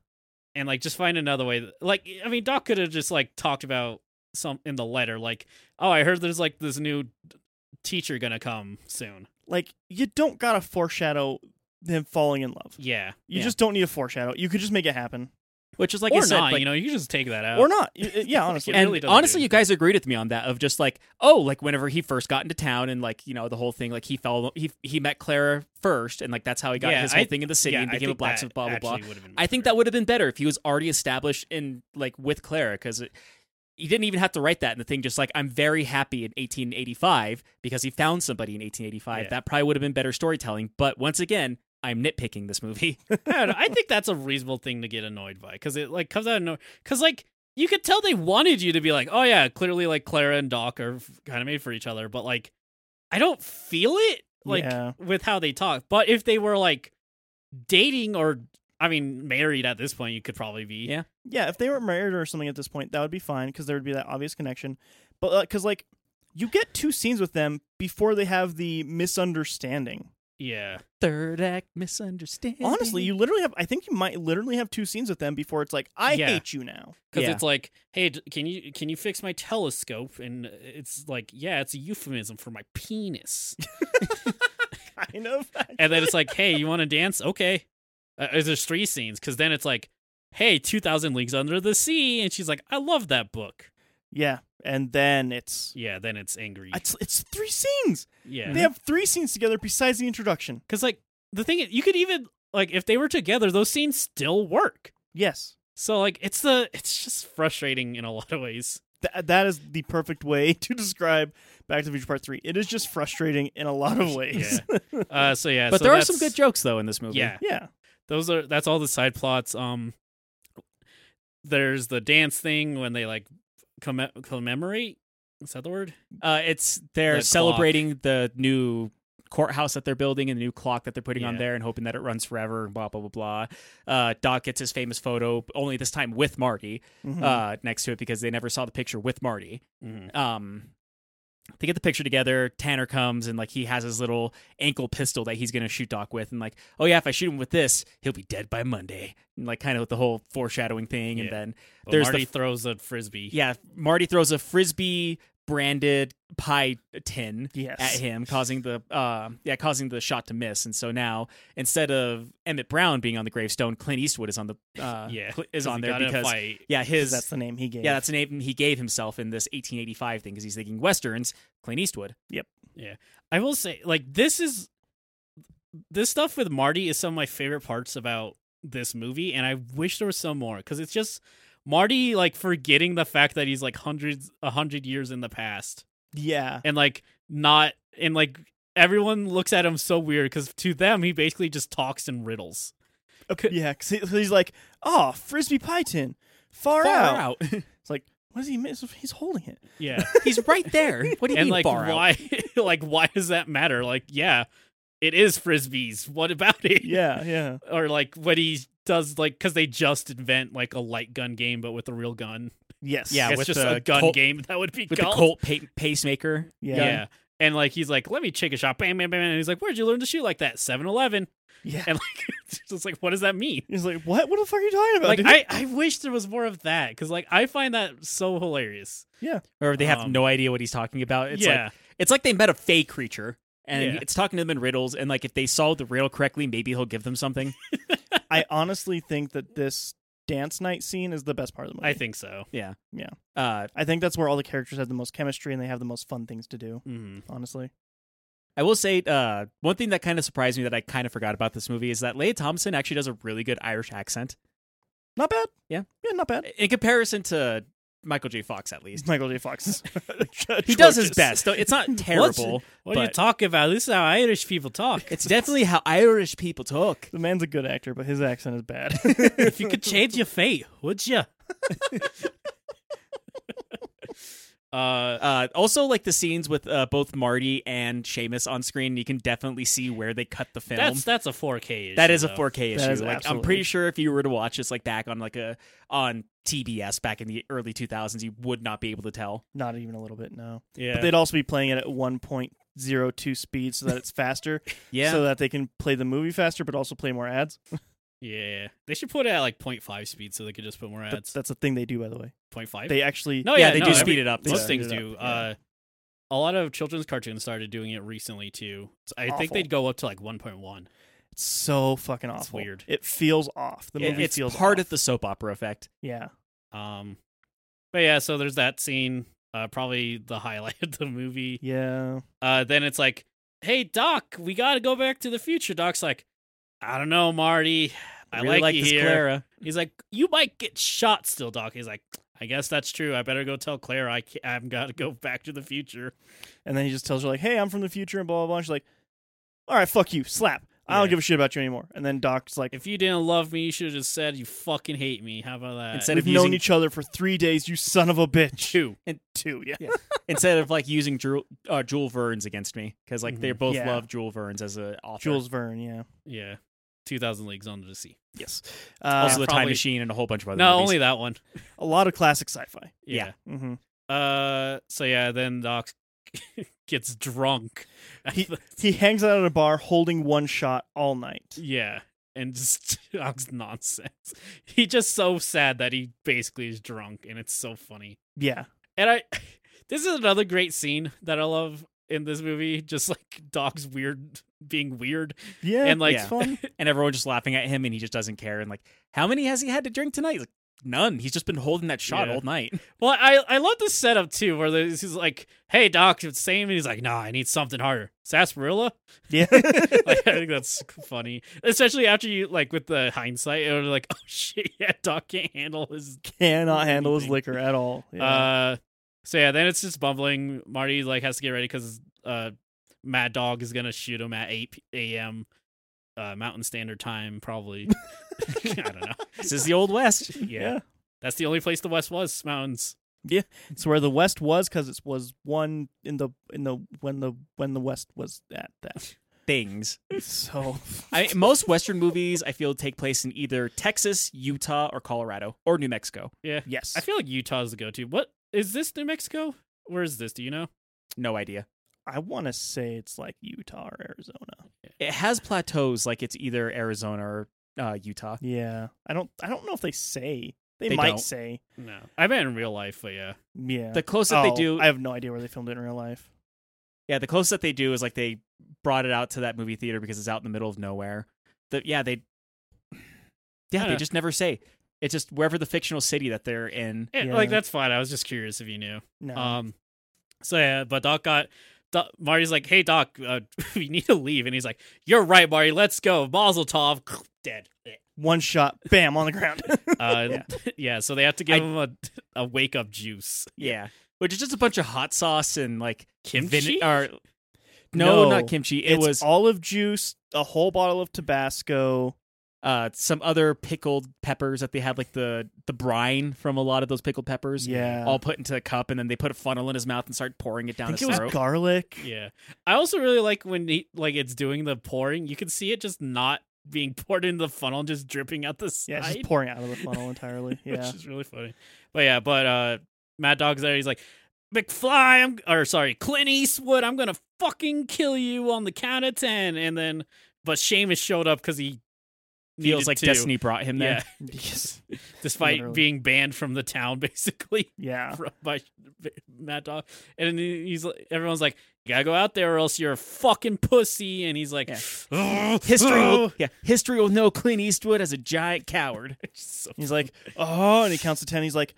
And like just find another way that- like I mean Doc could have just like talked about some in the letter like oh I heard there's like this new teacher going to come soon.
Like, you don't got to foreshadow them falling in love.
Yeah.
You
Yeah.
just don't need to foreshadow. You could just make it happen.
Which is like
or
I said,
not,
like,
you know, you can just take that out.
or not. Y- y- Yeah, honestly.
It
and
really doesn't
honestly,
do
you guys agreed with me on that of just like, oh, like whenever he first got into town and like you know the whole thing, like he fell, he he met Clara first, and like that's how he got
Yeah,
his whole
I-
thing in the city
yeah,
and
I
became a
think
blacksmith,
that
blah blah blah.
actually would've been
I think
better.
that would have been better if he was already established in like with Clara because he didn't even have to write that in the thing. Just like I'm very happy in 1885 because he found somebody in 1885.
Yeah.
That probably would have been better storytelling. But once again, I'm nitpicking this movie.
I, don't know. I think that's a reasonable thing to get annoyed by because it like comes out of no because like you could tell they wanted you to be like, oh yeah, clearly like Clara and Doc are kind of made for each other, but like I don't feel it like
Yeah.
with how they talk. But if they were like dating or I mean married at this point, you could probably be
Yeah.
Yeah, if they were married or something at this point, that would be fine because there would be that obvious connection. But because like, you get two scenes with them before they have the misunderstanding.
yeah.
Third act misunderstanding.
Honestly, you literally have. I think you might literally have two scenes with them before it's like, I
Yeah.
hate you now.
because
Yeah.
it's like, hey, d- can you can you fix my telescope? And uh, it's like, yeah, it's a euphemism for my penis.
Kind of.
and then it's like, hey, you want to dance? Okay. Uh, there's three scenes because then it's like, hey, two thousand leagues under the sea, and she's like, I love that book.
yeah, and then it's
Yeah, then it's angry.
it's it's three scenes.
yeah,
They have three scenes together besides the introduction.
because like the thing is, you could even like if they were together, those scenes still work.
Yes,
So like it's the it's just frustrating in a lot of ways.
Th- that is the perfect way to describe Back to the Future Part Three. It is just frustrating in a lot of ways. Yeah.
Uh, so yeah,
but
so
there are some
that's-
good jokes though in this movie.
Yeah, those are that's all the side plots um there's the dance thing when they like comm- commemorate is that the word
Uh, it's they're
The clock.
celebrating the new courthouse that they're building and the new clock that they're putting on
Yeah.
there and hoping that it runs forever and blah blah blah blah. Uh, Doc gets his famous photo only this time with Marty
Hmm.
Mhm.
uh, next to it because they never saw the picture with Marty. Um, they get the picture together. Tanner comes and like he has his little ankle pistol that he's gonna shoot Doc with and like oh yeah if I shoot him with this he'll be dead by Monday and like kind of with the whole foreshadowing thing and
Yeah.
then
but
There's the
Marty
f-
throws a frisbee
yeah Marty throws a frisbee branded pie tin
yes.
at him, causing the uh, yeah, causing the shot to miss. And so now, instead of Emmett Brown being on the gravestone, Clint Eastwood is on the uh,
yeah
cl- is
'cause
on
he
there
got in a
because
fight.
yeah, his
that's the name he gave.
yeah, that's a name he gave himself in this 1885 thing because he's thinking westerns. Clint Eastwood.
i will say like this is this stuff with marty is some of my favorite parts about this movie and i wish there was some more because it's just marty like forgetting the fact that he's like hundreds a hundred years in the past
yeah.
and like not and like everyone looks at him so weird because to them he basically just talks in riddles.
Okay. Yeah, 'cause he- so he's like, oh, frisbee pie tin, far, out. It's like, what does he miss? He's holding it.
Yeah,
he's right there. What do you
and
mean
like
far out?
why? like why does that matter? Like yeah, it is frisbees. What about it?
Yeah, yeah,
Or like what he does like because they just invent like a light gun game but with a real gun.
yes,
Yeah,
it's
with
just
the
a gun
Colt-
game that would be
With
called.
the Colt pa- pacemaker.
yeah,
Yeah. And like he's like, let me take a shot, bam, bam, bam, and he's like, where'd you learn to shoot like that? 7-Eleven.
yeah.
And like, it's just like, what does that mean?
He's like, what? What the fuck are you talking about?
like
dude?
I, I wish there was more of that because like i find that so hilarious
Or they have
Um,
no idea what he's talking about. It's like
yeah
It's like they met a fey creature and
Yeah.
it's talking to them in riddles. And like if they solve the riddle correctly, maybe he'll give them something.
I honestly think that this dance night scene is the best part of the movie.
i think so
Yeah,
Yeah.
Uh,
I think that's where all the characters have the most chemistry and they have the most fun things to do.
hmm
Honestly,
I will say uh, one thing that kind of surprised me that I kind of forgot about this movie is that Leia Thompson actually does a really good Irish accent
not bad.
Yeah.
yeah, not bad.
in comparison to Michael J. Fox, at least.
Michael J. Fox is
He does his best. though It's not terrible.
what are you
But-
talking about this is how irish people talk
it's definitely how Irish people talk.
The man's a good actor, but his accent is bad.
if you could change your fate would you uh
Uh, also, like the scenes with uh, both Marty and Seamus on screen, you can definitely see where they cut the film.
that's that's a 4k issue,
That is a
though.
4K
That
issue.
is
like I'm
absolutely-
pretty sure if you were to watch this like back on like a on TBS back in the early 2000s, you would not be able to tell.
not even a little bit. No.
yeah
but they'd also be playing it at 1.02 speed so that it's faster
Yeah.
so that they can play the movie faster but also play more ads
yeah they should put it at like 0.5 speed so they could just put more
that's,
ads
that's a thing they do by the way
0.5
they actually
no
yeah,
Oh, yeah
they
no,
do
every-
speed it up.
Yeah.
Most things
Speed it
do.
up,
Uh, a lot of children's cartoons started doing it recently too. So I think
Awful.
they'd go up to like 1.1.
It's so fucking awful.
It's weird.
It feels off. The
It-
movie
it's
feels
part
off.
of the soap opera effect.
yeah.
Um, but yeah, so there's that scene, uh, probably the highlight of the movie.
Yeah.
Uh, then it's like, hey Doc, we got to go back to the future. Doc's like, I don't know, Marty. I
really like,
you
this
here.
Clara.
He's like, you might get shot still, Doc. He's like, I guess that's true. I better go tell Claire I can't, I've got to go back to the future.
And then he just tells her like, "Hey, I'm from the future," and blah blah blah. And she's like, "All right, fuck you, slap. I don't
Yeah.
give a shit about you anymore." And then Doc's like,
If you didn't love me, you should have just said you fucking hate me. How about that?
Instead
"We've
of
known
using
each other for three days, you son of a bitch."
two.
Two, yeah.
instead of like using Jewel, uh, Jewel Verne's against me because like they
Mhm.
both
Yeah.
love Jewel Verne's as a author.
Jules Verne, yeah.
Yeah. 2000 Leagues Under the Sea.
Yes.
also
Uh,
the Time
probably-
Machine and a whole bunch of other.
No,
movies.
only that one.
a lot of classic sci-fi.
Yeah.
hmm
Uh, so yeah, then Doc gets drunk. at
He-
the-
He hangs out at a bar holding one shot all night.
yeah, and just talks nonsense. He just so sad that he basically is drunk, and it's so funny.
Yeah.
And I, this is another great scene that I love in this movie. Just like Doc's weird being weird,
Yeah.
And, like-
it's fun.
and everyone just laughing at him, and he just doesn't care. And like, how many has he had to drink tonight? He's like, None. He's just been holding that shot
Yeah.
all night.
Well, I I love this setup too, where there's- he's like, "Hey, Doc, it's same," and he's like, "Nah, I need something harder. Sarsaparilla."
yeah.
Like, I think that's funny, especially after you like with the hindsight, it was like, "Oh shit, yeah, Doc can't handle his."
Cannot handle his
Anything.
liquor at all. Yeah.
Uh, so yeah, then it's just bumbling. Marty like has to get ready because uh, Mad Dog is gonna shoot him at eight p- a.m. Uh, Mountain Standard Time, probably. I don't know.
This is the old west.
yeah. That's the only place the West was mountains.
It's where the West was because it was one in the in the when the when the West was at that.
Things.
So
I, most Western movies, I feel, take place in either Texas, Utah, or Colorado, or New Mexico.
Yeah.
yes,
I feel like Utah's the go-to. What is this? New Mexico? Where is this? Do you know?
No idea.
I want to say it's like Utah or Arizona.
It has plateaus like it's either Arizona or uh, Utah.
Yeah, I don't I don't know if they say they,
They
might
don't.
say
No, I meant in real life, but yeah,
yeah.
The closest they
Oh,
do,
I have no idea where they filmed it in real life.
yeah, the closest that they do is like they brought it out to that movie theater because it's out in the middle of nowhere. The, yeah, they, yeah, they
Kinda.
just never say. It's just wherever the fictional city that they're in.
Eh,
Yeah.
like that's fine. I was just curious if you knew.
No,
Um, so yeah, but Doc got Doc, Marty's like, "Hey Doc, uh, we need to leave," and he's like, "You're right, Marty. Let's go." Mazel tov. Dead.
one shot, bam, on the ground.
Uh, yeah. So they have to give
I-
him a a wake up juice.
Yeah, which is just a bunch of hot sauce and like
Kimchi?
or, no,
No,
not kimchi. It
it's
was
olive juice, a whole bottle of Tabasco.
uh, some other pickled peppers that they had, like the the brine from a lot of those pickled peppers.
Yeah,
all put into a cup, and then they put a funnel in his mouth and start pouring it
I
down
think
his
it was
throat.
garlic.
Yeah. I also really like when he like it's doing the pouring. You can see it just not being poured into the funnel, just dripping out the
Yeah, it's
side.
just pouring out of the funnel entirely. Yeah,
which is really funny. But yeah, but uh Mad Dog's there. He's like, McFly, I'm or sorry, Clint Eastwood, I'm gonna fucking kill you on the count of ten. And then, but Seamus showed up because he
Feels
needed
like
to.
Destiny brought him there.
Yeah,
yes.
despite
Literally.
being banned from the town, basically
Yeah.
from- by Mad Dog. And then he's like, everyone's like, you gotta go out there or else you're a fucking pussy. And he's like,
Yeah.
"Ugh,
History,
ugh."
will, yeah, history will know Clint Eastwood as a giant coward.
It's so
He's like, oh, and he counts to 10. He's like,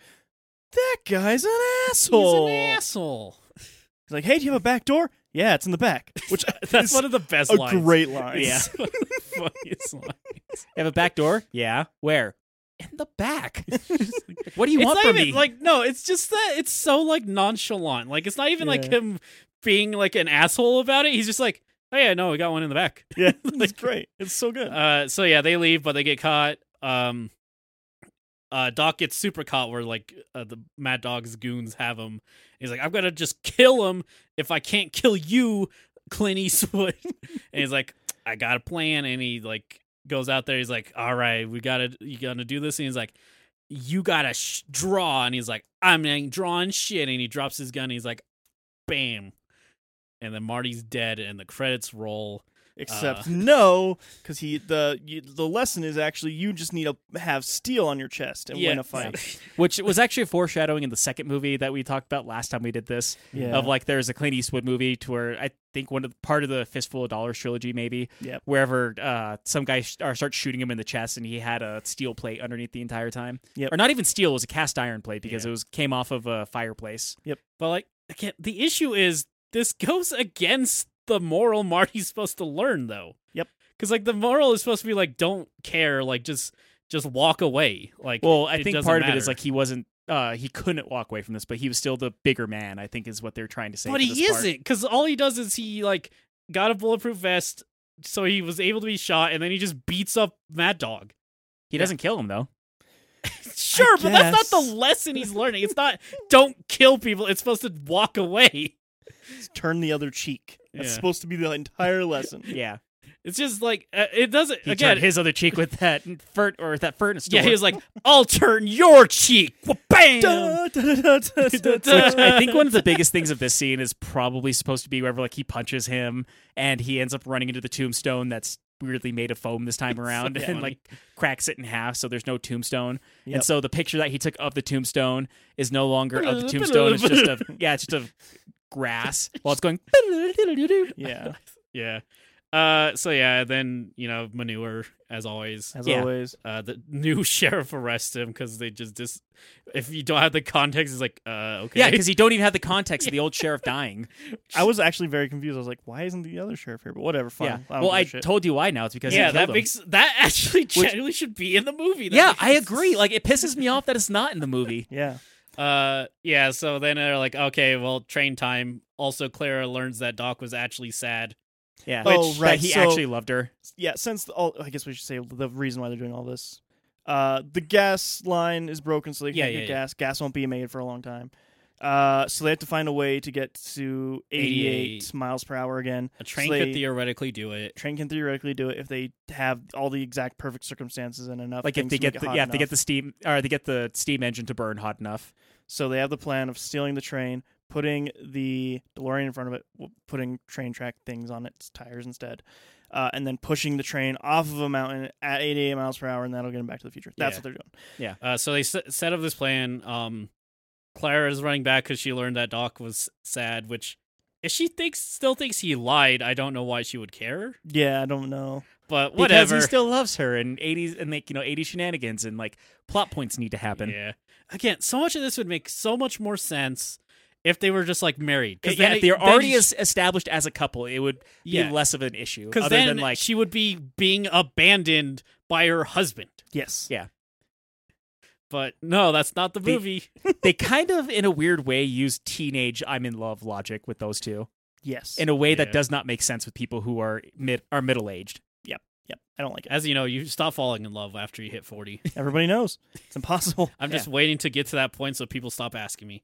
that guy's an asshole.
He's an asshole.
He's like, hey, do you have a back door? Yeah, it's in the back. Which
That's
is
one of the best
a
lines.
great line.
Yeah.
It's one of the funniest lines.
You have a back door? Yeah. Where? In the back. what do you
it's
want
not
from
even
me?
like no, it's just that it's so like nonchalant. Like it's not even like
Yeah.
him being like an asshole about it. He's just like, oh yeah, no, we got one in the back.
Yeah. It's great. It's so good.
Uh, so yeah, they leave, but they get caught. Um, uh, Doc gets super caught where like uh, the Mad Dog's goons have him. He's like, I'm gonna just kill him if I can't kill you, Clint Eastwood. and he's like, I got a plan, and he like goes out there. He's like, All right, we gotta you gotta do this, and he's like. You gotta sh- draw, and he's like, "I'm ain't drawing shit," and he drops his gun. And he's like, "Bam!" And then Marty's dead, and the credits roll.
uh.
Except no, because he the you, the lesson is actually you just need to have steel on your chest and win a fight.
which was actually foreshadowing in the second movie that we talked about last time we did this.
Yeah.
Of like, there's a Clint Eastwood movie to where I think one of the, part of the Fistful of Dollars trilogy, maybe,
Yep.
wherever uh, some guy sh- or starts shooting him in the chest, and he had a steel plate underneath the entire time.
Yep.
Or not even steel; it was a cast iron plate because
Yeah.
it was came off of a fireplace.
But like again, the issue is this goes against the moral Marty's supposed to learn though.
Yep.
Cuz like the moral is supposed to be like don't care, like just just walk away. Like
Well, I
it
think
doesn't
part of it is
matter.
like he wasn't. Uh, he couldn't walk away from this, but he was still the bigger man. I think is what they're trying to say.
But
for
he
this part.
isn't cuz all he does is he like got a bulletproof vest so he was able to be shot and then he just beats up Mad Dog.
He doesn't kill him though.
Sure, but that's not
guess.
the lesson he's learning. It's not don't kill people. It's supposed to walk away.
Turn the other cheek. That's
Yeah.
supposed to be the entire lesson.
Yeah,
It's just like uh, it doesn't
he
again.
turned his other cheek with that furt or that furnace.
yeah,
door.
he was like, "I'll turn your cheek." Bam.
Da, da, da, da, da, da.
Which I think one of the biggest things of this scene is probably supposed to be wherever like he punches him and he ends up running into the tombstone that's weirdly made of foam this time around
so
and
funny.
like cracks it in half so there's no tombstone.
Yep.
And so the picture that he took of the tombstone is no longer of the tombstone. It's just a yeah, it's just a grass while it's going
Yeah,
Yeah. Uh, so yeah, then you know, manure as always.
as
Yeah.
always.
Uh, the new sheriff arrests him because they just dis. If you don't have the context, it's like, uh, okay.
Yeah, because you don't even have the context of the old sheriff dying.
I was actually very confused. I was like, why isn't the other sheriff here? But whatever, fine.
Yeah.
I don't
well,
give a
I
shit.
told you why now. It's because he
yeah,
killed
that
him.
makes that actually generally should be in the movie. That
yeah,
makes-
I agree. Like it pisses me off that it's not in the movie.
Yeah.
Uh, yeah. So then they're like, okay, well, train time. Also, Clara learns that Doc was actually sad.
Yeah,
Oh,
Which-
right,
That he
so-
actually loved her.
yeah, since the, all, I guess we should say the reason why they're doing all this. Uh, the gas line is broken, so they
Yeah,
can't
yeah,
get
yeah.
gas. Gas won't be made for a long time. Uh, so they have to find a way to get to 88,
88.
miles per hour again.
A train
So they-
could theoretically do it.
Train can theoretically do it if they have all the exact perfect circumstances and enough.
like if
things
they
to
get
make it
the,
hot
yeah if they get
enough.
the steam or they get the steam engine to burn hot enough
So they have the plan of stealing the train, putting the DeLorean in front of it, w- putting train track things on its tires instead, uh, and then pushing the train off of a mountain at 88 miles per hour, and that'll get them back to the future. That's
Yeah.
what they're doing.
Uh, so they s- set up this plan. Um, Clara is running back because she learned that Doc was sad. Which, if she thinks still thinks he lied, I don't know why she would care.
Yeah, I don't know.
But
because
whatever.
he still loves her and 80s and like you know 80 shenanigans and like plot points need to happen
yeah. Again, so much of this would make so much more sense if they were just like married.
because
then
Eh, if they're
it-
already
then
es- established as a couple it would be
Yeah.
less of an issue
because
other
then
than like
she would be being abandoned by her husband.
Yes.
Yeah.
But no, that's not the
The-
movie.
they kind of in a weird way use teenage i'm in love logic with those two
Yes.
in a way that
Yeah.
does not make sense with people who are mid are middle aged
yep. I don't like it.
As you know, you stop falling in love after you hit forty.
Everybody knows it's impossible.
I'm just waiting to get to that point so people stop asking me.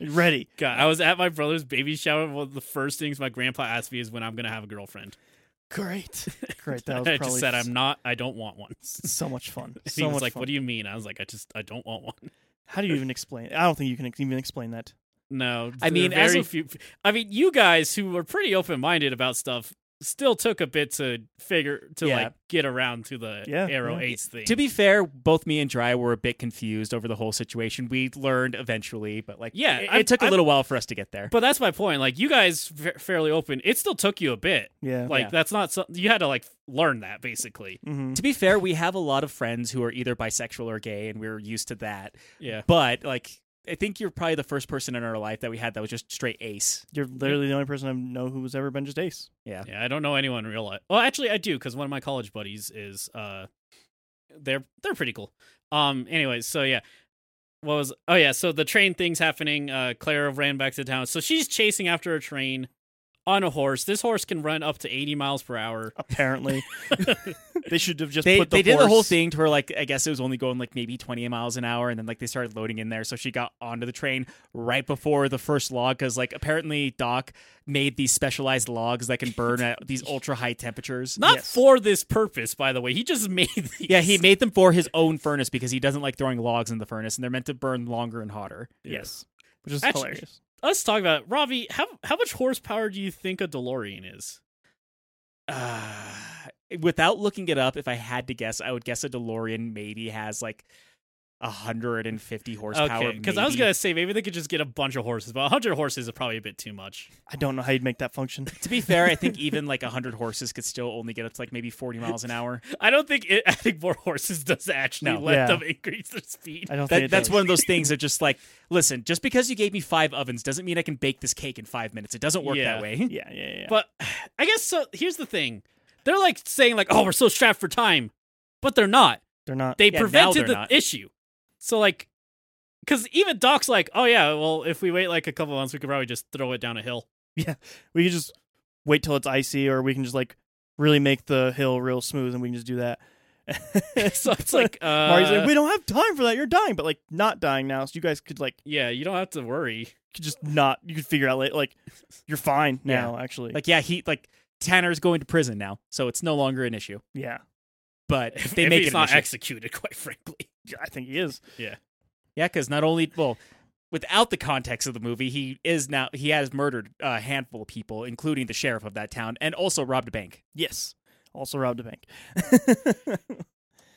Ready.
God, I was at my brother's baby shower. and One of the first things my grandpa asked me is when I'm gonna have a girlfriend.
Great. Great. That was
I
probably
just said I'm not. I don't want one.
s- so much fun.
he
So
was
much
like,
fun.
"What do you mean?" I was like, "I just I don't want one."
How do you even explain? I don't think you can ex- even explain that.
No,
I
there
mean,
are
as
very
a-
few. I mean, you guys who were pretty open minded about stuff still took a bit to figure to
Yeah.
like get around to the
Yeah,
arrow
yeah.
eights thing.
to be fair both me and dry were a bit confused over the whole situation we learned eventually but like
Yeah,
it,
I'm-
it took a
I'm-
little while for us to get there
but that's my point. Like, you guys fa- fairly open. It still took you a bit.
Oh, Yeah.
Like,
Yeah.
that's not so- you had to like learn that basically.
mm-hmm.
to be fair, we have a lot of friends who are either bisexual or gay, and we're used to that.
Yeah.
But like, I think you're probably the first person in our life that we had that was just straight ace.
You're literally the only person I know who's ever been just Ace.
Yeah, I don't know anyone in real life. Well, actually, I do because one of my college buddies is. uh They're they're pretty cool. Um. Anyways, so yeah, what was? Oh yeah, so the train thing's happening. Uh, Clara ran back to town, so she's chasing after a train on a horse. This horse can run up to eighty miles per hour.
Apparently, they should have just
They,
put the
they did the whole
horse-
thing to where like I guess it was only going like maybe 20 miles an hour, and then like they started loading in there, so she got onto the train right before the first log because like apparently Doc made these specialized logs that can burn at these ultra high temperatures.
Not
Yes.
for this purpose, by the way. He just made these.
yeah, he made them for his own furnace because he doesn't like throwing logs in the furnace, and they're meant to burn longer and hotter.
Yes, which is
Actually-
hilarious.
us talk about it. Ravi, how how much horsepower do you think a DeLorean is?
Uh, without looking it up, if I had to guess, I would guess a DeLorean maybe has like 150 horsepower.
okay, because I was
maybe.
gonna say maybe they could just get a bunch of horses, but hundred horses is probably a bit too much.
I don't know how you'd make that function.
To be fair, I think even like 100 horses could still only get up to like maybe 40 miles an hour.
I don't think it, I think more horses does actually
No.
let
Yeah.
them increase their speed.
I don't think
That,
it
that's
does.
one of those things that just like, listen, just because you gave me five ovens doesn't mean I can bake this cake in five minutes. It doesn't work
Yeah.
that way.
Yeah, yeah, yeah.
But I guess so. Here's the thing: they're like saying like, "Oh, we're so strapped for time," but they're not.
They're not.
They
Yeah, now
prevented
they're
the
not.
issue. So like, because even Doc's like, "Oh yeah, well if we wait like a couple months, we could probably just throw it down a hill."
We can just wait till it's icy, or we can just like really make the hill real smooth, and we can just do that.
so it's like, uh,
Mario's like, we don't have time for that. You're dying, but like not dying now, so you guys could like
yeah, you don't have to worry.
could just not. You could figure out later. Like you're fine now, actually.
Like, yeah, he like Tanner's going to prison now, so it's no longer an issue.
yeah,
But
If
they
if
make
he's
it an
not
issue.
executed, quite frankly.
I think he is.
yeah, because not only well, without the context of the movie, he is now he has murdered a handful of people, including the sheriff of that town, and also robbed a bank.
Yes. Also robbed a bank.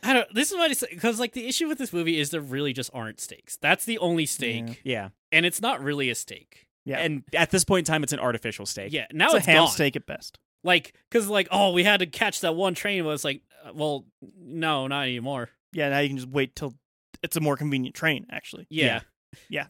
I don't. This is what I say because like the issue with this movie is there really just aren't stakes. That's the only stake,
Yeah.
Yeah,
and it's not really a stake.
Yeah.
and at this point in time, it's an artificial stake.
Yeah, now
it's
it's,
a ham
gone.
steak at best.
Like, because like, oh, we had to catch that one train. Well, it's like, uh, well, no, not anymore.
Yeah, now you can just wait till it's a more convenient train. Actually,
Yeah,
Yeah.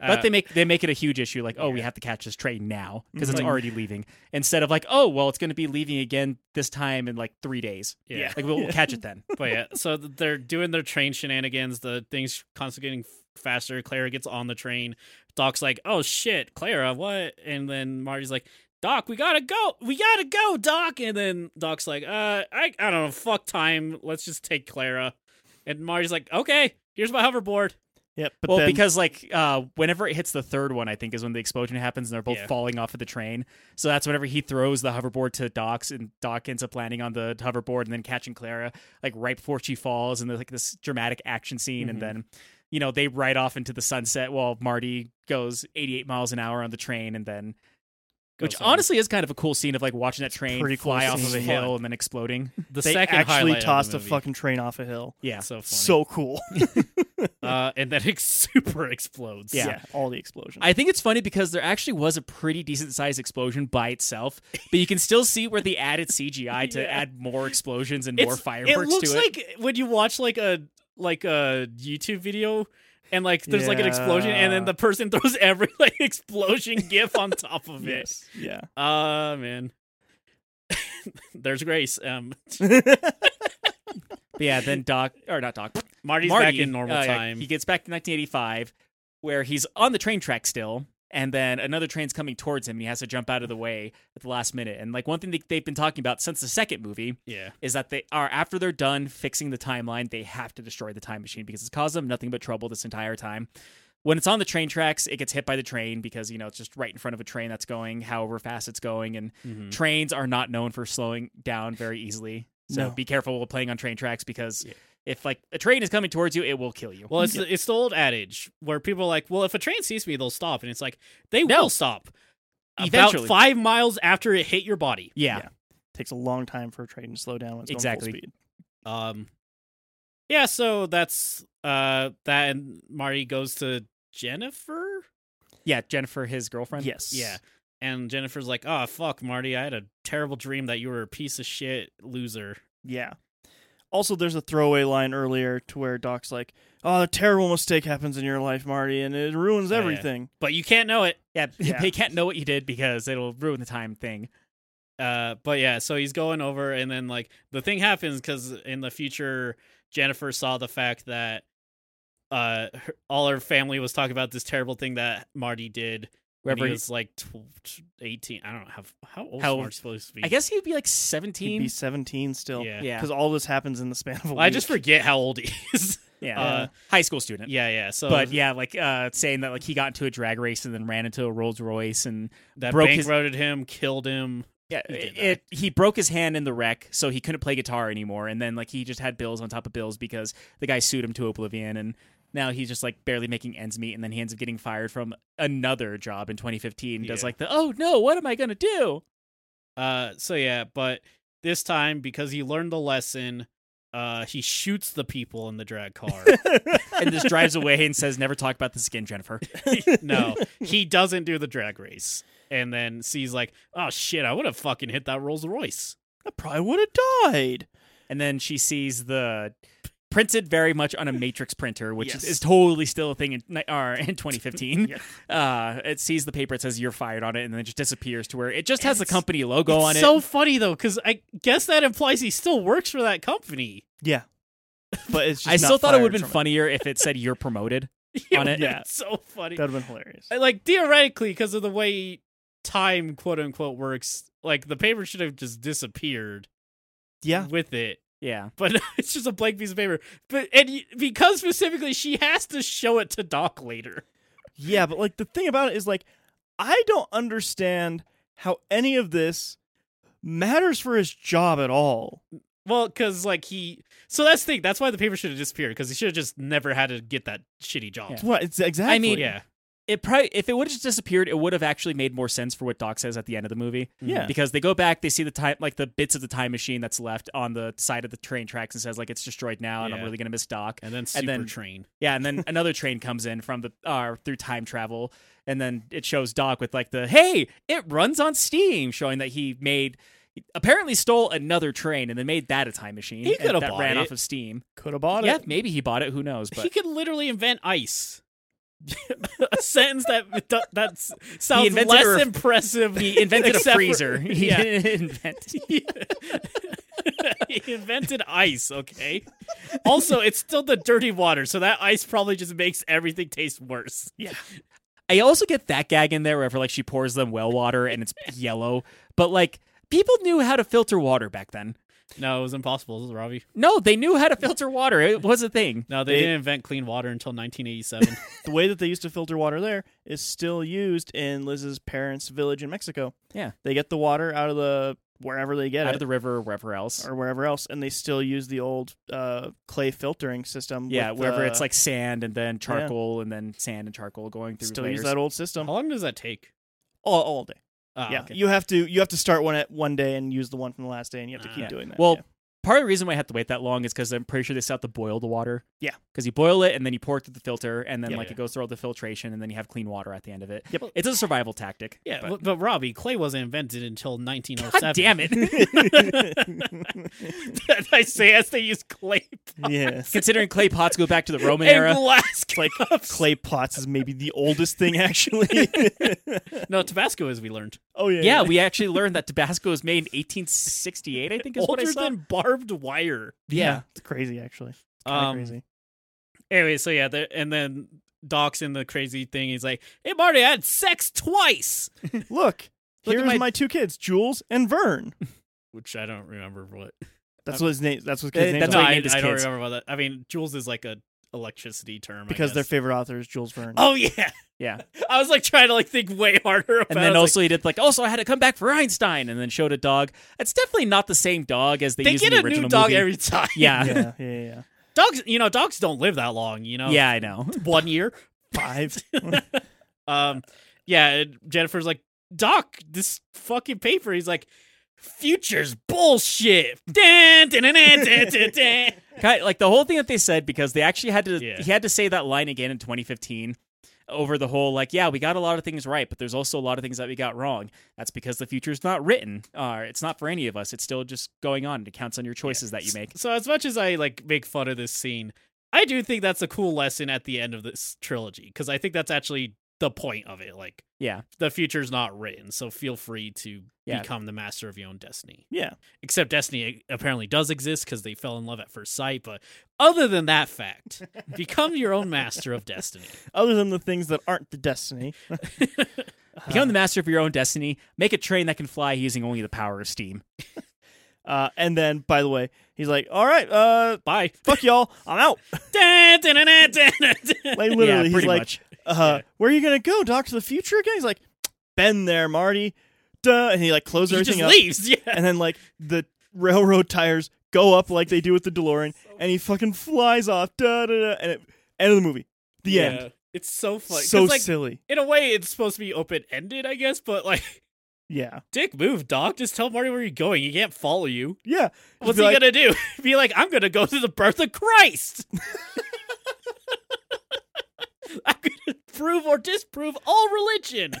But
Uh,
they make they make it a huge issue, like, oh, we
Yeah. Mm-hmm.
have to catch this train now because it's
Mhm.
already leaving. Instead of like, oh, well, it's going to be leaving again this time in like three days.
yeah.
Yeah.
Like we'll, we'll catch it then.
but yeah, so th- they're doing their train shenanigans. The thing's constantly getting f- faster. Clara gets on the train. Doc's like, "Oh shit, Clara, what?" And then Marty's like, "Doc, we gotta go. We gotta go, Doc." And then Doc's like, "Uh, I, I don't know. Fuck time. Let's just take Clara." And Marty's like, "Okay, here's my hoverboard."
Yep. But
well,
then,
because like uh, whenever it hits the third one, I think is when the explosion happens and they're both
Yeah.
falling off of the train. So that's whenever he throws the hoverboard to Doc's and Doc ends up landing on the hoverboard and then catching Clara like right before she falls and there's like this dramatic action scene and
Mhm.
Mm-hmm.
then you know they ride off into the sunset while Marty goes 88 miles an hour on the train and then
Goes
which
on.
honestly is kind of a cool scene of like watching that train
pretty cool
fly off
scene.
of a
It's
hill
fun.
and then exploding.
The
they
second highlight
actually
of the
tossed
movie.
a fucking train off a hill.
Yeah.
so funny.
So cool.
uh, and then it super explodes.
Yeah.
all the explosions.
I think it's funny because there actually was a pretty decent sized explosion by itself, but you can still see where they added CGI to
Yeah.
add more explosions and
It's-
more
it
fireworks
looks
to it.
like when you watch like a like a YouTube video and like there's like an explosion and then
Yeah.
the person throws every like explosion gif on top of it.
yes. Yeah.
Ah man. there's Grace. Um
But yeah, then Doc or not Doc,
Marty's
Marty
back in normal
uh, yeah,
time.
He gets back to 1985, where he's on the train track still, and then another train's coming towards him, and he has to jump out of the way at the last minute. And like one thing that they've been talking about since the second movie
yeah.
is that they are after they're done fixing the timeline, they have to destroy the time machine because it's caused them nothing but trouble this entire time. When it's on the train tracks, it gets hit by the train because you know it's just right in front of a train that's going however fast it's going, and
Mhm.
trains are not known for slowing down very easily. So
No.
be careful while playing on train tracks because
Yeah.
if like a train is coming towards you, it will kill you.
Well, it's the, it's the old adage where people are like, well, if a train sees me, they'll stop, and it's like they
No.
will stop.
Eventually.
About five miles after it hit your body.
yeah.
yeah. takes a long time for a train to slow down when it's
Exactly.
going full speed.
Um Yeah, so that's uh that and Marty goes to Jennifer?
yeah, Jennifer, his girlfriend.
Yes.
Yeah. And Jennifer's like, "Oh, fuck, Marty, I had a terrible dream that you were a piece of shit loser."
Yeah. Also, there's a throwaway line earlier to where Doc's like, "Oh, a terrible mistake happens in your life, Marty, and it ruins
Oh, yeah.
everything."
But you can't know it.
yeah,
Yeah.
They can't know what you did because it'll ruin the time thing.
Uh but yeah, so he's going over and then like the thing happens cuz in the future Jennifer saw the fact that uh her, all her family was talking about this terrible thing that Marty did when
Wherever
he
he-
was like tw- 18. I don't know how how old
How-
is Marty supposed to be.
I guess he'd be like
He'd
seventeen.
be 17 still.
Yeah.
yeah,
Because all this happens in the span of a week.
I just forget how old he is.
yeah.
Uh,
high school student.
yeah, yeah. So
but yeah, like uh, saying that like he got into a drag race and then ran into a Rolls Royce and
that
broke his-
bankrupted him, killed him.
yeah,
He did
it, he broke his hand in the wreck, so he couldn't play guitar anymore. And then like he just had bills on top of bills because the guy sued him to oblivion, and now he's just like barely making ends meet, and then he ends up getting fired from another job in 2015. Does
Yeah.
like the oh no, what am I gonna do?
Uh, so yeah, but this time because he learned the lesson, uh, he shoots the people in the drag car.
And just drives away and says, "Never talk about this again, Jennifer."
no, he doesn't do the drag race, and then sees like, oh shit, I would have fucking hit that Rolls Royce.
I probably would have died.
And then she sees the printed very much on a matrix printer, which
Yes.
is totally still a thing in ni- uh, in 2015.
Yeah.
uh, it sees the paper, it says "You're fired" on it, and then it just disappears to where it just has the
It's-
company logo
It's
on
so
it.
funny though, because I guess that implies he still works for that company.
Yeah, but it's. Just
I
not
still thought it
fired
would have been
from
funnier if it said "You're promoted." On it.
Yeah.
It's so funny.
That would have been hilarious.
And, like theoretically, because of the way time quote unquote works, like the paper should have just disappeared
Yeah,
with it.
Yeah,
But it's just a blank piece of paper. But and y- because specifically she has to show it to Doc later.
yeah, but like the thing about it is like, I don't understand how any of this matters for his job at all.
Well, because like he, so that's the thing. That's why the paper should have disappeared because he should have just never had to get that shitty job.
Yeah.
What? It's exactly.
I mean-
yeah.
it probably if it would have just disappeared, it would have actually made more sense for what Doc says at the end of the movie.
Yeah.
because they go back, they see the time like the bits of the time machine that's left on the side of the train tracks, and says like it's destroyed now, and I'm
Yeah.
really gonna miss Doc.
And then super
And then-
train.
Yeah, and then another train comes in from the uh, through time travel, and then it shows Doc with like the hey, it runs on steam, showing that he made apparently stole another train and then made that a time machine
He coulda
that
bought
ran
it.
off of steam.
could have bought
yeah,
it.
maybe he bought it. Who knows? But
he could literally invent ice. a sentence that that's
He
sounds
invented
less
a ref-
impressive.
he invented a
except for-
freezer. He
yeah.
didn't invent.
he invented ice, okay? Also, it's still the dirty water, so that ice probably just makes everything taste worse.
I also get that gag in there wherever like she pours them well water and it's yellow, but like people knew how to filter water back then.
No, it was impossible, this is Robbie.
No, they knew how to filter water. It was a thing.
No, they
They-
didn't invent clean water until 1987.
The way that they used to filter water there is still used in Liz's parents' village in Mexico.
Yeah.
They get the water out of the wherever they get
Out
it
of the river or wherever else.
or wherever else, and they still use the old uh, clay filtering system.
Yeah,
with,
wherever
uh,
it's like sand and then charcoal and then sand and charcoal going through.
still
layers.
use that old
How
system all,
long does that take?
all day.
Ah,
yeah,
okay.
you have to you have to start one at one day and use the one from the last day, and you have to keep
Ah, Yeah.
doing that.
Well,
yeah.
part of the reason why I have to wait that long is because I'm pretty sure they still have to boil the water.
Yeah.
because you boil it and then you pour it through the filter and then
Yeah.
like it goes through all the filtration and then you have clean water at the end of it.
Yep.
It's a survival tactic.
Yeah,
but-
but, but Robbie, clay wasn't invented until 1907.
God damn it!
Did I say as they used clay
yes,
Considering clay pots go back to the Roman
and
era.
glass
like
cups.
clay pots is maybe the oldest thing actually.
No, Tabasco, as we learned,
oh yeah,
Yeah, we actually learned that Tabasco was made in 1868. I think is what I
older
saw.
than barbed wire.
yeah.
it's crazy actually. Kinda
Um,
crazy.
Anyway, so yeah, there, and then Doc's in the crazy thing. He's like, "Hey, Marty, I had sex twice,"
Look,
Look at
here's
my-
my... two kids, Jules and Vern.
which I don't remember what.
That's what his name. That's what
Uh,
his
that's what
name's
no,
he
are
I,
named his
I don't
kids.
remember what that. I mean, Jules is like a electricity term I
because their
guess.
favorite author is Jules Verne.
Oh yeah,
Yeah.
I was like trying to like think way harder about.
And
it.
then
I was
also he did like also I had to come back for Einstein and then showed a dog. It's definitely not the same dog as they,
like, they
use
get
in the
a
original
new dog
movie.
every time.
yeah. yeah,
yeah, yeah, yeah.
dogs. You know, dogs don't live that long. You know,
I know.
one year.
Five.
Um, yeah, and Jennifer's like, Doc, this fucking paper. He's like, future's bullshit. Dun, dun, dun, dun, dun, dun, dun.
Kind like the whole thing that they said because they actually had to
Yeah.
he had to say that line again in 2015 over the whole like yeah we got a lot of things right but there's also a lot of things that we got wrong. That's because the future's not written. Uh, it's not for any of us. It's still just going on. It counts on your choices that you make.
So as much as I like make fun of this scene, I do think that's a cool lesson at the end of this trilogy because I think that's actually the point of it. Like,
Yeah.
the future's not written, so feel free to
Yeah.
become the master of your own destiny.
yeah.
Except destiny eh, apparently does exist because they fell in love at first sight. But other than that fact, become your own master of destiny.
Other than the things that aren't the destiny. Uh-huh.
Become the master of your own destiny. Make a train that can fly using only the power of steam.
Uh, and then, by the way, he's like, "All right, uh,
Bye.
fuck y'all, I'm out."
Dun, dun, dun, dun, dun, dun.
Like literally,
yeah,
he's
pretty
like,
much.
uh, "Where are you gonna go, Doc? To the future again?" He's like, "Been there, Marty." Duh. And he like closes
he
everything up,
just leaves. Yeah.
and then like the railroad tires go up like they do with the DeLorean, and he fucking flies off. Duh, duh, duh, and it End of the movie. The
yeah.
end.
It's so funny. 'Cause,
So
like,
silly.
in a way, it's supposed to be open ended, I guess. But like,
Yeah.
Dick, move, dog. Just tell Marty where you're going. He can't follow you.
Yeah. Just
What's
be
he
like,
gonna do? Be like, I'm gonna go to the birth of Christ. I'm gonna prove or disprove all religion.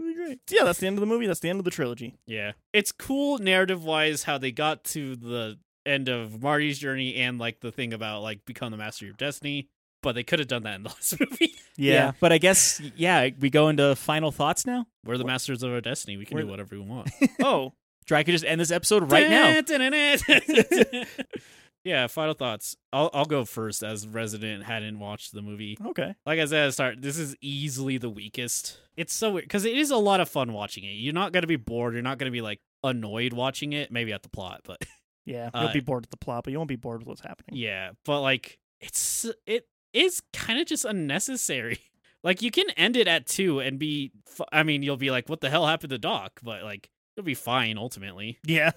Great. Yeah, that's the end of the movie. That's the end of the trilogy.
Yeah. It's cool narrative wise how they got to the end of Marty's journey and like the thing about like become the master of your destiny, but they could have done that in the last movie.
But I guess yeah, we go into final thoughts now.
We're the masters of our destiny. We can
We're
do
the-
whatever we want.
oh,
Dry could just end this episode right now.
yeah, final thoughts. I'll I'll go first as resident hadn't watched the movie.
okay.
Like I said at the start, this is easily the weakest. It's so weird because it is a lot of fun watching it. You're not gonna be bored. You're not gonna be like annoyed watching it. Maybe at the plot, but
Yeah.
Uh,
You'll be bored with the plot, but you won't be bored with what's happening.
Yeah, but like it's it is kind of just unnecessary. Like you can end it at 2 and be f- I mean, you'll be like what the hell happened to Doc, but like you'll be fine ultimately.
Yeah.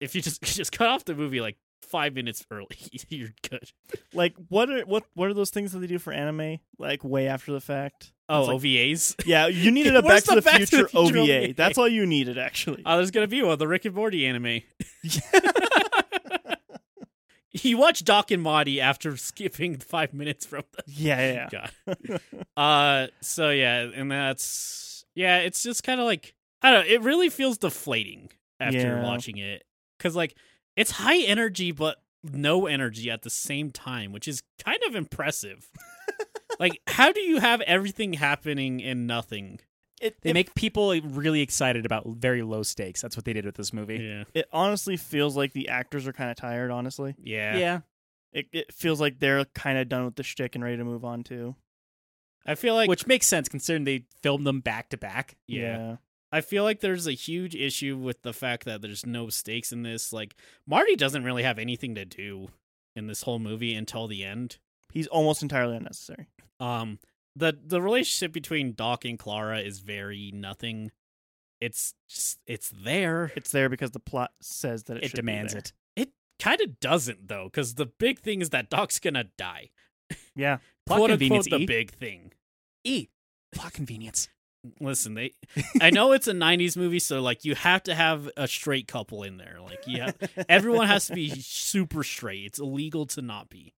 If you just just cut off the movie like 5 minutes early, you're good.
like what are what what are those things that they do for anime? Like way after the fact.
Oh,
It's like-
OVAs.
yeah, you needed a Back
Where's
to
the
the,
Back to
Future
the Future
OVA.
OVA?
That's all you needed, actually.
Oh, there's going to be one, the Rick and Morty anime. you watch Doc and Marty after skipping 5 minutes from the
yeah, yeah, yeah.
God. uh so yeah, and that's yeah, it's just kind of like I don't know, it really feels deflating after
Yeah.
watching it cuz like it's high energy but no energy at the same time, which is kind of impressive. like how do you have everything happening and nothing?
It,
They
it,
make people really excited about very low stakes. That's what they did with this movie.
Yeah.
it honestly feels like the actors are kind of tired. Honestly,
Yeah.
it it feels like they're kind of done with the shtick and ready to move on too.
I feel like
Which makes sense considering they filmed them back to back.
yeah. I feel like there's a huge issue with the fact that there's no stakes in this. Like Marty doesn't really have anything to do in this whole movie until the end.
he's almost entirely unnecessary.
Um the the relationship between Doc and Clara is very nothing. It's just it's there.
It's there because the plot says that it,
It,
should be
demands
there.
it.
It kind of doesn't though, because the big thing is that Doc's gonna die.
Yeah,
Plot
Quote unquote,
convenience.
the
e.
big thing.
E. Plot convenience.
Listen, they. I know it's a '90s movie, so like you have to have a straight couple in there. Like you have, everyone has to be super straight. It's illegal to not be.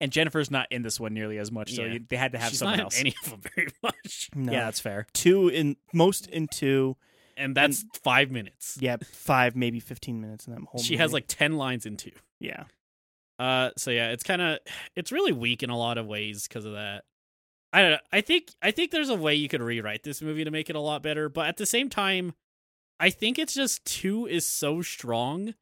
And Jennifer's not in this one nearly as much, so
Yeah.
you, they had to have
She's
someone
not in
else.
any of them very much,
no.
Yeah, that's fair.
two in most in two.
and that's five minutes.
Yeah, five maybe fifteen minutes in that whole.
she has
movie.
like ten lines in two.
yeah,
Uh, so yeah, it's kind of it's really weak in a lot of ways because of that. I don't know. I think I think there's a way you could rewrite this movie to make it a lot better, but at the same time, I think it's just two is so strong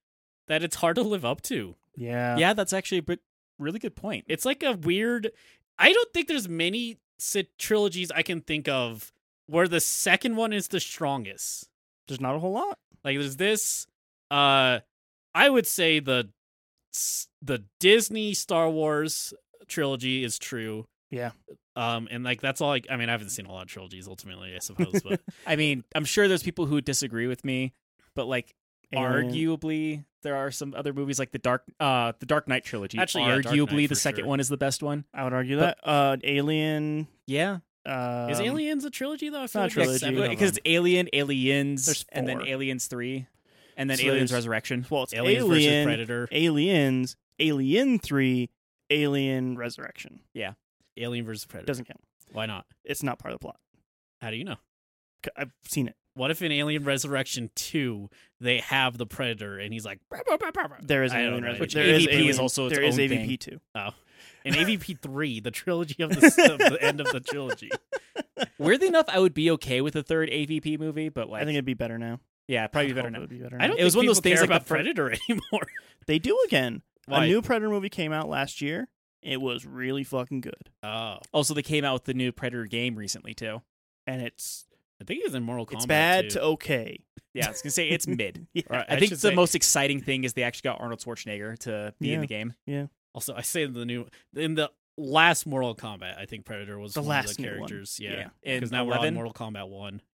that it's hard to live up to.
yeah,
yeah, that's actually a bit, really good point.
It's like a weird. I don't think there's many si- trilogies I can think of where the second one is the strongest.
There's not a whole lot.
Like there's this. Uh, I would say the s- the Disney Star Wars trilogy is true.
Yeah.
Um, and like that's all. I, I mean, I haven't seen a lot of trilogies. Ultimately, I suppose, but
I mean, I'm sure there's people who disagree with me, but like
Alien.
arguably there are some other movies like the Dark uh the Dark Knight trilogy.
Actually, yeah,
arguably
Dark
the
Knight for
second
sure.
one is the best one.
I would argue
But-
that uh, Alien.
Yeah.
Um,
is Aliens a trilogy though? I feel
not
like there's
trilogy.
seven
Well,
of
Because it's Alien, Aliens,
There's
and then
four.
Aliens 3, and then
So
Aliens
there's-
Resurrection.
Well, it's
them. Aliens versus
Alien,
Predator,
Aliens, Alien Three, Alien Resurrection.
Alien versus Predator.
Doesn't count.
Why not?
It's not part of the plot.
How do you know?
C- I've seen it.
What if in Alien Resurrection two they have the Predator and he's like "Bah, bah, bah, bah, bah."
There is
I
an
don't
Alien
know.
Resurrection.
Which
There
AVP
is
is
Alien-
also its
there is
own
AVP
thing.
too.
in AVP three the trilogy of the, of the end of the trilogy.
Weirdly enough, I would be okay with a third AVP movie, but like,
I think it'd be better now.
yeah, probably
I
better
hope it
now.
would be better
I
now.
don't.
It was
think
one of those
people
things
care
like the
about
fir-
Predator anymore.
They do again.
Why?
A new Predator movie came out last year. It was really fucking good,
Oh,
Also, they came out with the new Predator game recently too.
and it's
I think it's in Mortal Kombat.
it's bad
too.
to okay.
Yeah, I was gonna say it's mid.
Yeah.
Or
I, think the
should say-
most exciting thing is they actually got Arnold Schwarzenegger to be in
Yeah.
the game.
Also, I say the new in the last Mortal Kombat. I think Predator was
The
one
last
of the
new one.
characters. Yeah,
in
because now we're on
11.
Mortal Kombat one.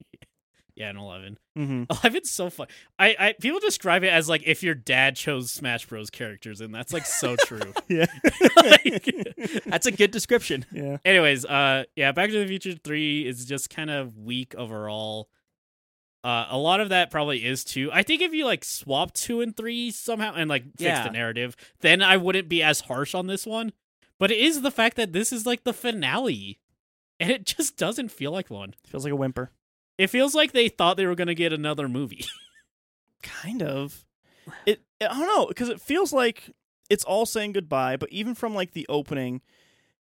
Yeah, an eleven.
Mm-hmm.
Eleven's so fun. I, I people describe it as like if your dad chose Smash Bros characters, and that's like so true.
Yeah.
Like-
That's a good description.
Yeah.
Anyways, uh yeah, Back to the Future 3 is just kind of weak overall. Uh a lot of that probably is 2. I think if you like swap 2 and 3 somehow and like fix
Yeah.
the narrative, then I wouldn't be as harsh on this one. But it is the fact that this is like the finale and it just doesn't feel like one.
Feels like a whimper.
It feels like they thought they were going to get another movie.
Kind of. It. I don't know because it feels like it's all saying goodbye. But even from like the opening,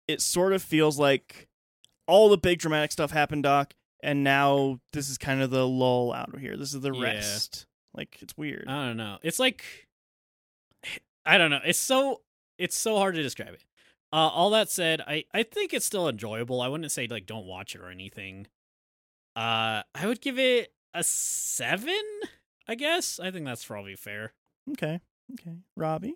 it sort of feels like all the big dramatic stuff happened, Doc, and now this is kind of the lull out of here. This is the
Yeah. Uh,
rest. Like it's weird.
I don't know. It's like I don't know. It's so it's so hard to describe it. Uh, all that said, I I think it's still enjoyable. I wouldn't say like don't watch it or anything. Uh, I would give it a seven. I guess I think that's probably fair.
okay. Okay. Robbie.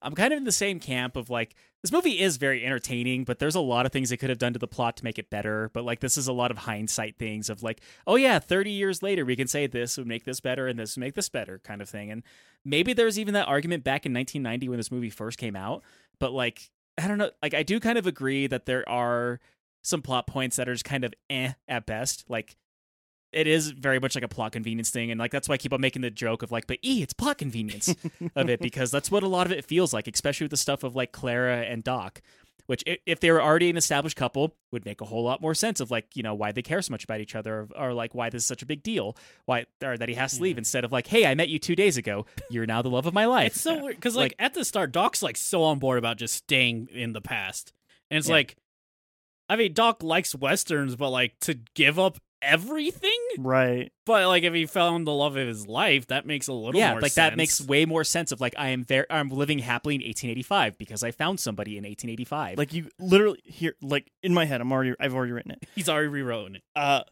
I'm kind of in the same camp of like this movie is very entertaining, but there's a lot of things they could have done to the plot to make it better. But like this is a lot of hindsight things of like, oh yeah, 30 years later we can say this would make this better and this would make this better kind of thing. And maybe there was even that argument back in 1990 when this movie first came out. But like I don't know, like I do kind of agree that there are some plot points that are just kind of eh at best. Like it is very much like a plot convenience thing, and like that's why I keep on making the joke of like, but e it's plot convenience of it because that's what a lot of it feels like, especially with the stuff of like Clara and Doc, which i- if they were already an established couple would make a whole lot more sense of like, you know, why they care so much about each other or, or like why this is such a big deal, why or that he has to leave
Yeah.
instead of like, hey, I met you two days ago, you're now the love of my life.
It's so weird because like,
Like-
at the start, Doc's like so on board about just staying in the past, and it's
Yeah.
like, I mean, Doc likes westerns, but like to give up everything.
Right.
But like, if he found the love of his life, that makes a little
yeah,
more
like
sense.
that makes way more sense of like I am very I'm living happily in 1885 because I found somebody in 1885.
Like you literally hear like in my head. I'm already. I've already written it.
he's already rewritten it.
uh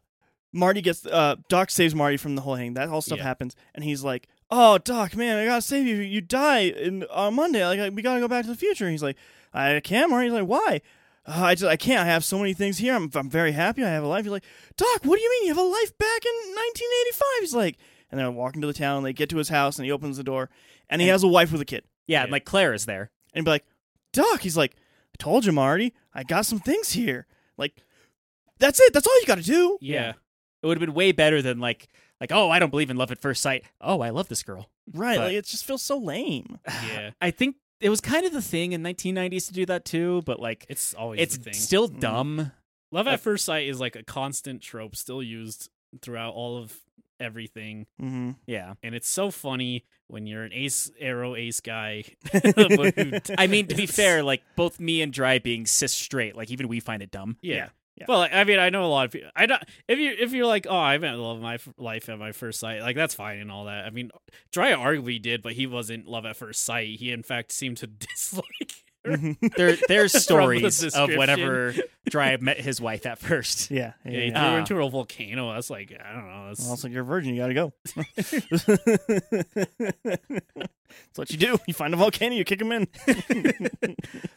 Marty gets uh Doc saves Marty from the whole hang. That whole stuff
Yeah.
happens, and he's like, "Oh, Doc, man, I gotta save you. You die in, on Monday. Like, we gotta go back to the future." And he's like, "I can't, Marty." He's like, "Why?" "Uh, I just I can't. I have so many things here. I'm I'm very happy. I have a life. He's like, "Doc, what do you mean you have a life back in 1985?" He's like, and they're walking to the town. And they get to his house, and he opens the door, and he
And-
has a wife with a kid.
yeah, and like Claire is there.
And he'd be like, Doc, he's like, I told you, Marty, I got some things here. Like, that's it. That's all you got to do.
Yeah. It would have been way better than like like oh, I don't believe in love at first sight. Oh, I love this girl.
Right.
But-
like it just feels so lame.
yeah.
I think it was kind of the thing in 1990s to do that too, but like
It's always
it's
the thing.
still
Mm.
dumb.
Love
I-
at first sight is like a constant trope, still used throughout all of everything,
Mm-hmm.
Yeah.
and it's so funny when you're an ace arrow ace guy. but who-
I mean, to be fair, like both me and Dry being cis straight, like even we find it dumb.
yeah.
yeah, yeah.
Well, like, I mean, I know a lot of people. I don't. If you if you're like, oh, I met love of my f- life at my first sight, like that's fine and all that. I mean, Dry arguably did, but he wasn't love at first sight. He in fact seemed to dislike. Her.
There, there's
From the
stories of
description.
whenever Dry met his wife at first.
yeah. Yeah.
Yeah, he
yeah.
threw
Ah.
her into a volcano. That's like I don't know. That's,
Well, it's like you're a virgin. You got to go. That's what you do. You find a volcano, you kick him in.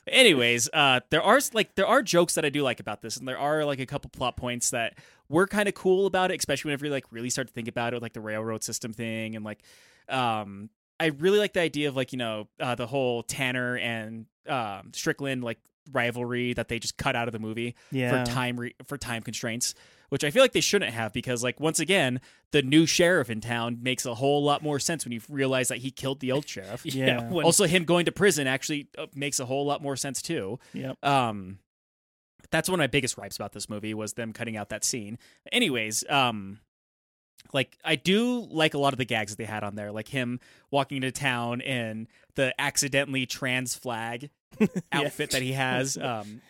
Anyways, uh, there are like there are jokes that I do like about this, and there are like a couple plot points that were kind of cool about it, especially whenever you like really start to think about it, like the railroad system thing, and like, um, I really like the idea of like you know uh, the whole Tanner and um, Strickland like rivalry that they just cut out of the movie
Yeah.
for time re- for time constraints, which I feel like they shouldn't have because like once again, the new sheriff in town makes a whole lot more sense when you realize that he killed the old sheriff.
Yeah.
when-
Also, him going to prison actually uh, makes a whole lot more sense too.
Yep.
Um, that's one of my biggest gripes about this movie was them cutting out that scene. Anyways, um, like I do like a lot of the gags that they had on there, like him walking into town and the accidentally trans flag outfit that he has. Um,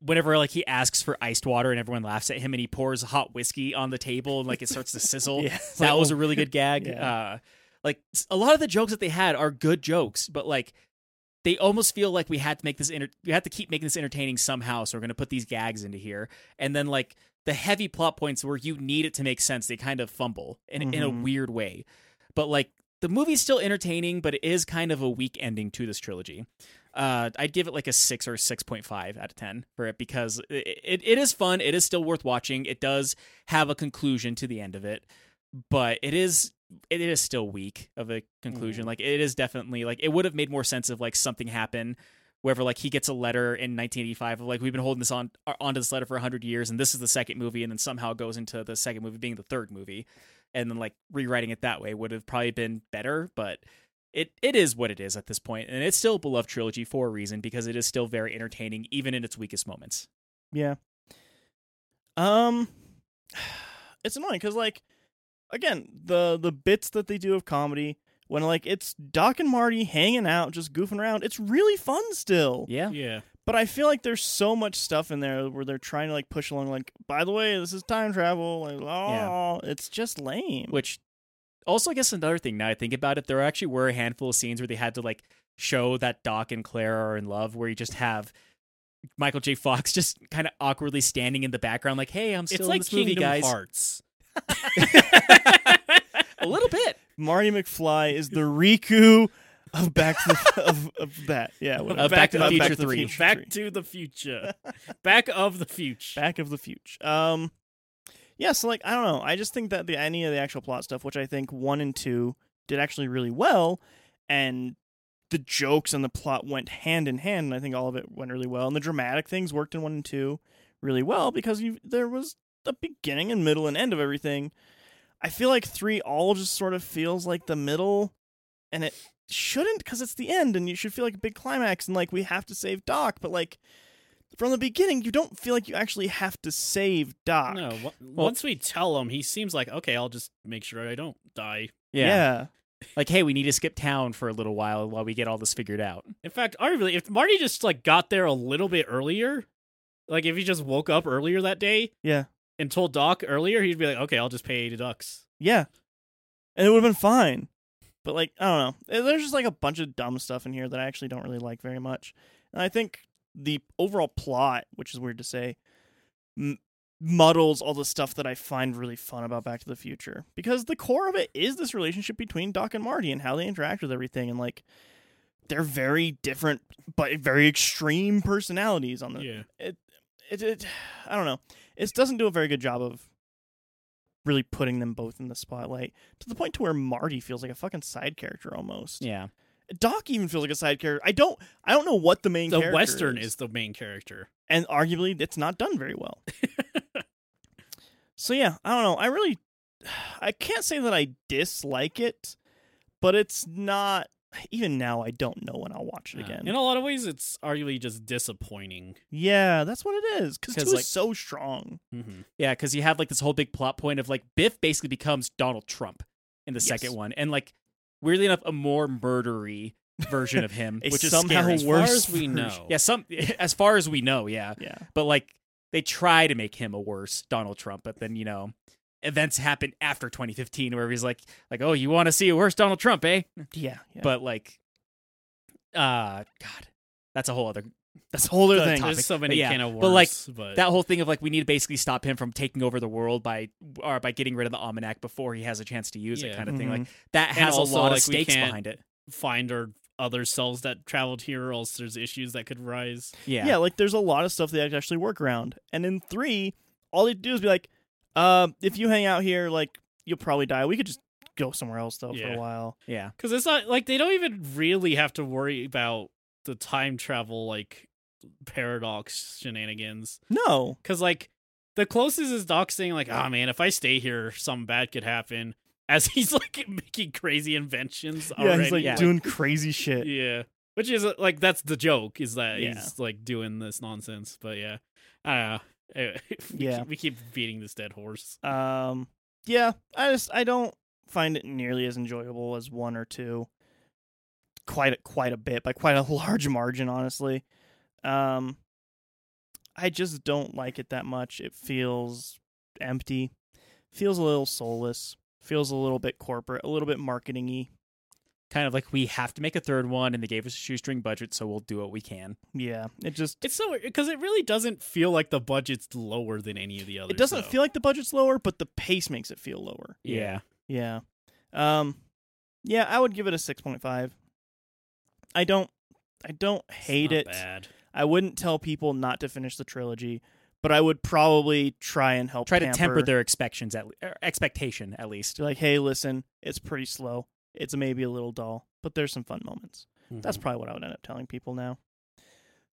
whenever like he asks for iced water and everyone laughs at him and he pours hot whiskey on the table and like it starts to sizzle.
Yeah.
That was a really good gag.
oh, Yeah.
Uh, like s- a lot of the jokes that they had are good jokes, but like they almost feel like we had to make this enter- we had to keep making this entertaining somehow. So we're gonna put these gags into here, and then like the heavy plot points where you need it to make sense, they kind of fumble in in a
Mhm.
weird way. But like the movie's still entertaining, but it is kind of a weak ending to this trilogy. uh, I'd give it like a six or six point five out of ten for it because it, it it is fun. It is still worth watching. It does have a conclusion to the end of it, but it is it is still weak of a conclusion. Like it is definitely like it would have made more sense if like something happened. Wherever like he gets a letter in 1985 of like we've been holding this on uh, onto this letter for 100 years and this is the second movie and then somehow it goes into the second movie being the third movie and then like rewriting it that way would have probably been better but it it is what it is at this point and it's still a beloved trilogy for a reason because it is still very entertaining even in its weakest moments
Yeah. Um, it's annoying because like, again, the the bits that they do of comedy when like it's Doc and Marty hanging out, just goofing around, it's really fun still.
yeah
Yeah.
But I feel like there's so much stuff in there where they're trying to like push along. Like, by the way, this is time travel. Like, oh, it's just lame.
which also i guess another thing now i think about it there actually were a handful of scenes where they had to like show that doc and claire are in love where you just have michael j fox just kind of awkwardly standing in the background like hey i'm still
It's
in
like
this movie
Kingdom
guys
Hearts.
a little bit
Marty McFly is the Riku of back to the, of, of that. Yeah, whatever.
Of Back to the
of
Future three.
three.
Back to the future. Back of the future.
Back of the Future. Um, yeah, so like I don't know. I just think that the any of the actual plot stuff, which I think one and two did actually really well, and the jokes and the plot went hand in hand, and I think all of it went really well. And the dramatic things worked in one and two really well because you there was the beginning and middle and end of everything. I feel like three all just sort of feels like the middle, and it shouldn't because it's the end, and you should feel like a big climax, and like we have to save Doc, but like from the beginning, you don't feel like you actually have to save Doc.
No, w- once we tell him, he seems like okay. I'll just make sure I don't die.
yeah.
like hey we need to skip town for a little while while we get all this figured out
In fact, arguably, if Marty just like got there a little bit earlier, like if he just woke up earlier that day,
Yeah.
and told Doc earlier, he'd be like, okay, I'll just pay eighty bucks.
Yeah. And it would have been fine. But like, I don't know. Eh, There's just like a bunch of dumb stuff in here that I actually don't really like very much. And I think the overall plot, which is weird to say, m- muddles all the stuff that I find really fun about Back to the Future because the core of it is this relationship between Doc and Marty and how they interact with everything and like they're very different but very extreme personalities on the
Yeah,
it, it I don't know. It doesn't do a very good job of really putting them both in the spotlight to the point to where Marty feels like a fucking side character almost.
yeah
Doc even feels like a side character. I don't I don't know what the main
the
character
Western is the main character.
and arguably it's not done very well. so yeah, I don't know. I really I can't say that I dislike it, but it's not even now I don't know when I'll watch it
Uh,
again.
in a lot of ways, it's arguably just disappointing.
yeah, that's what it is cuz
'Cause,
2
like-
is so strong.
Mhm.
Yeah, because you have like this whole big plot point of like Biff basically becomes Donald Trump in the
Yes.
second one, and like weirdly enough, a more murdery version of him,
A
which is
somehow
scary.
As
worse
far as we
version.
know,
Yeah, some as far as we know, yeah,
Yeah.
but like they try to make him a worse Donald Trump, but then you know. Events happen after 2015 where he's like, like, oh, you want to see a worse Donald Trump, eh?
Yeah. yeah.
But like, uh, God, that's a whole other
that's a whole other
the
thing.
topic.
there's so many
Yeah,
can of worms.
but, like,
but-
that whole thing of like we need to basically stop him from taking over the world by or by getting rid of the almanac before he has a chance to use it
Yeah. Mm-hmm.
kind of thing
Mhm.
like that
And
has
also,
a lot
like,
of
we
stakes
can't-
behind it
find our other selves that traveled here, or else there's issues that could rise.
yeah
Yeah, like there's a lot of stuff they could actually work around. And in three, all they do is be like, uh, if you hang out here, like you'll probably die. We could just go somewhere else though for
Yeah.
a while.
yeah
Because it's not like they don't even really have to worry about the time travel like paradox shenanigans.
No.
Because like the closest is Doc saying like, "Ah man, if I stay here, something bad could happen." As he's like making crazy inventions
Yeah,
already,
he's like
yeah.
doing crazy shit.
yeah. Which is uh, like that's the joke is that
Yeah.
he's like doing this nonsense. But yeah, I don't know. Anyway, we
Yeah.
keep, we keep beating this dead horse.
Um, yeah, I just I don't find it nearly as enjoyable as one or two. Quite a, quite a bit by quite a large margin, honestly. Um, I just don't like it that much. It feels empty, feels a little soulless, feels a little bit corporate, a little bit marketingy.
kind of like we have to make a third one and they gave us a shoestring budget so we'll do what we can
Yeah, it just
It's so because it really doesn't feel like the budget's lower than any of the others.
it doesn't
though.
feel like the budget's lower, but the pace makes it feel lower.
yeah
Yeah. Um yeah, I would give it a 6.5. I don't I don't hate
Not
it.
Bad.
I wouldn't tell people not to finish the trilogy, but I would probably try and help.
Try to
pamper.
temper their expectations at or expectation at least.
Be like, hey, listen, it's pretty slow. It's maybe a little dull, but there's some fun moments. That's
Mm-hmm.
Mhm.
probably what I would end up telling people now.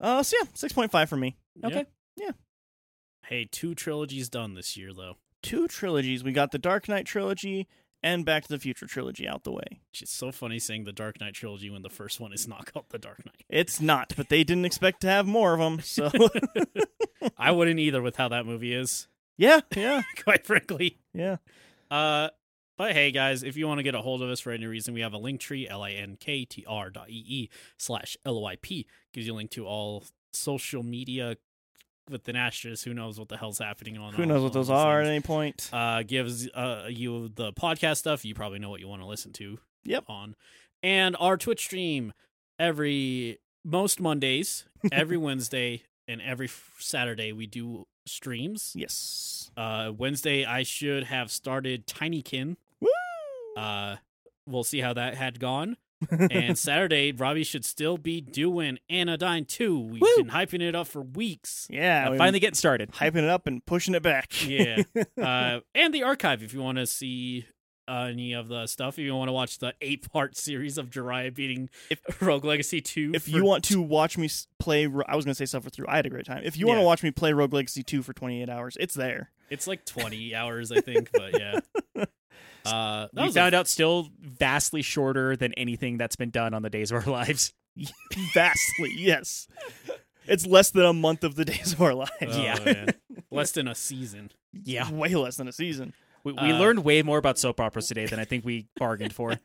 Uh, so yeah, six point five for me.
okay.
Yeah.
Mm-hmm. Hey, two trilogies done this year though.
Two trilogies. We got the Dark Knight trilogy and Back to the Future trilogy out the way.
It's so funny saying the Dark Knight trilogy when the first one is not called the Dark Knight.
It's not, but they didn't expect to have more of them. So
I wouldn't either with how that movie is,
yeah, yeah,
quite frankly.
yeah.
Uh, but hey, guys, if you want to get a hold of us for any reason, we have a link tree, L-I-N-K-T-R dot E-E slash L-O-I-P. Gives you a link to all social media with an asterisk. Who knows what the hell's happening on
Who
all-
knows what
all
those
these
are at
things.
any point?
Uh, gives uh, you the podcast stuff. You probably know what you want to listen to.
Yep.
On. And our Twitch stream every, most Mondays, every Wednesday, and every f- Saturday, we do streams.
yes.
Uh, Wednesday, I should have started Tinykin.
Woo!
Uh, we'll see how that had gone. and Saturday, Robbie should still be doing Anodyne 2. We've
Woo!
been hyping it up for weeks.
yeah,
Uh,
we
finally getting started.
hyping it up and pushing it back.
Yeah. uh, and the archive, if you want to see uh, any of the stuff, if you want to watch the eight part series of Jiraiya beating Rogue Legacy 2.
if
for-
you want to watch me s- play, Ro- I was gonna say suffer through. I had a great time. If you want to
Yeah.
watch me play Rogue Legacy two for twenty eight hours, it's there.
It's like 20 hours, I think, but yeah. Uh, that
we
was a
found out still vastly shorter than anything that's been done on the days of our lives.
Vastly, yes. It's less than a month of the days of our lives.
Oh,
Yeah.
man. Less than a season.
Yeah.
way less than a season.
We, we
Uh,
learned way more about soap operas today than I think we bargained for.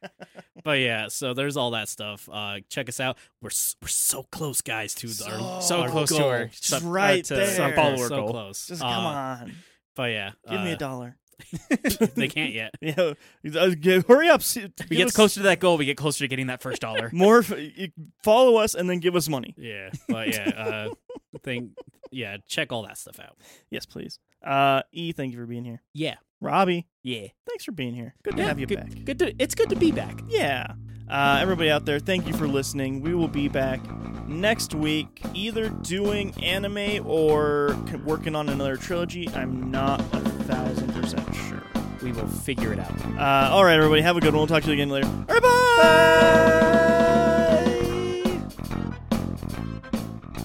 But yeah, so there's all that stuff. Uh, check us out. We're s- we're so close, guys, to our
So
Oh, our
close to
goal.
our-
Just right
to
there.
some
We're
follower
so
goal.
close.
Just
Uh,
come on,
But yeah,
give me
uh,
a dollar.
they can't yet.
You know, uh, give- hurry up. see-
We
give
get
us
closer to that goal, we get closer to getting that first dollar.
More. f- you- Follow us and then give us money.
Yeah, but yeah, uh, thing. Yeah, check all that stuff out.
Yes, please. Uh, e, thank you for being here.
Yeah,
Robbie,
Yeah.
thanks for being here. Good to
Yeah,
have you
good,
back.
Good to, it's good to be back.
yeah uh, everybody out there thank you for listening we will be back next week either doing anime or c- working on another trilogy i'm not a thousand percent sure
We will figure it out.
uh, all right everybody have a good one we'll talk to you again later all right bye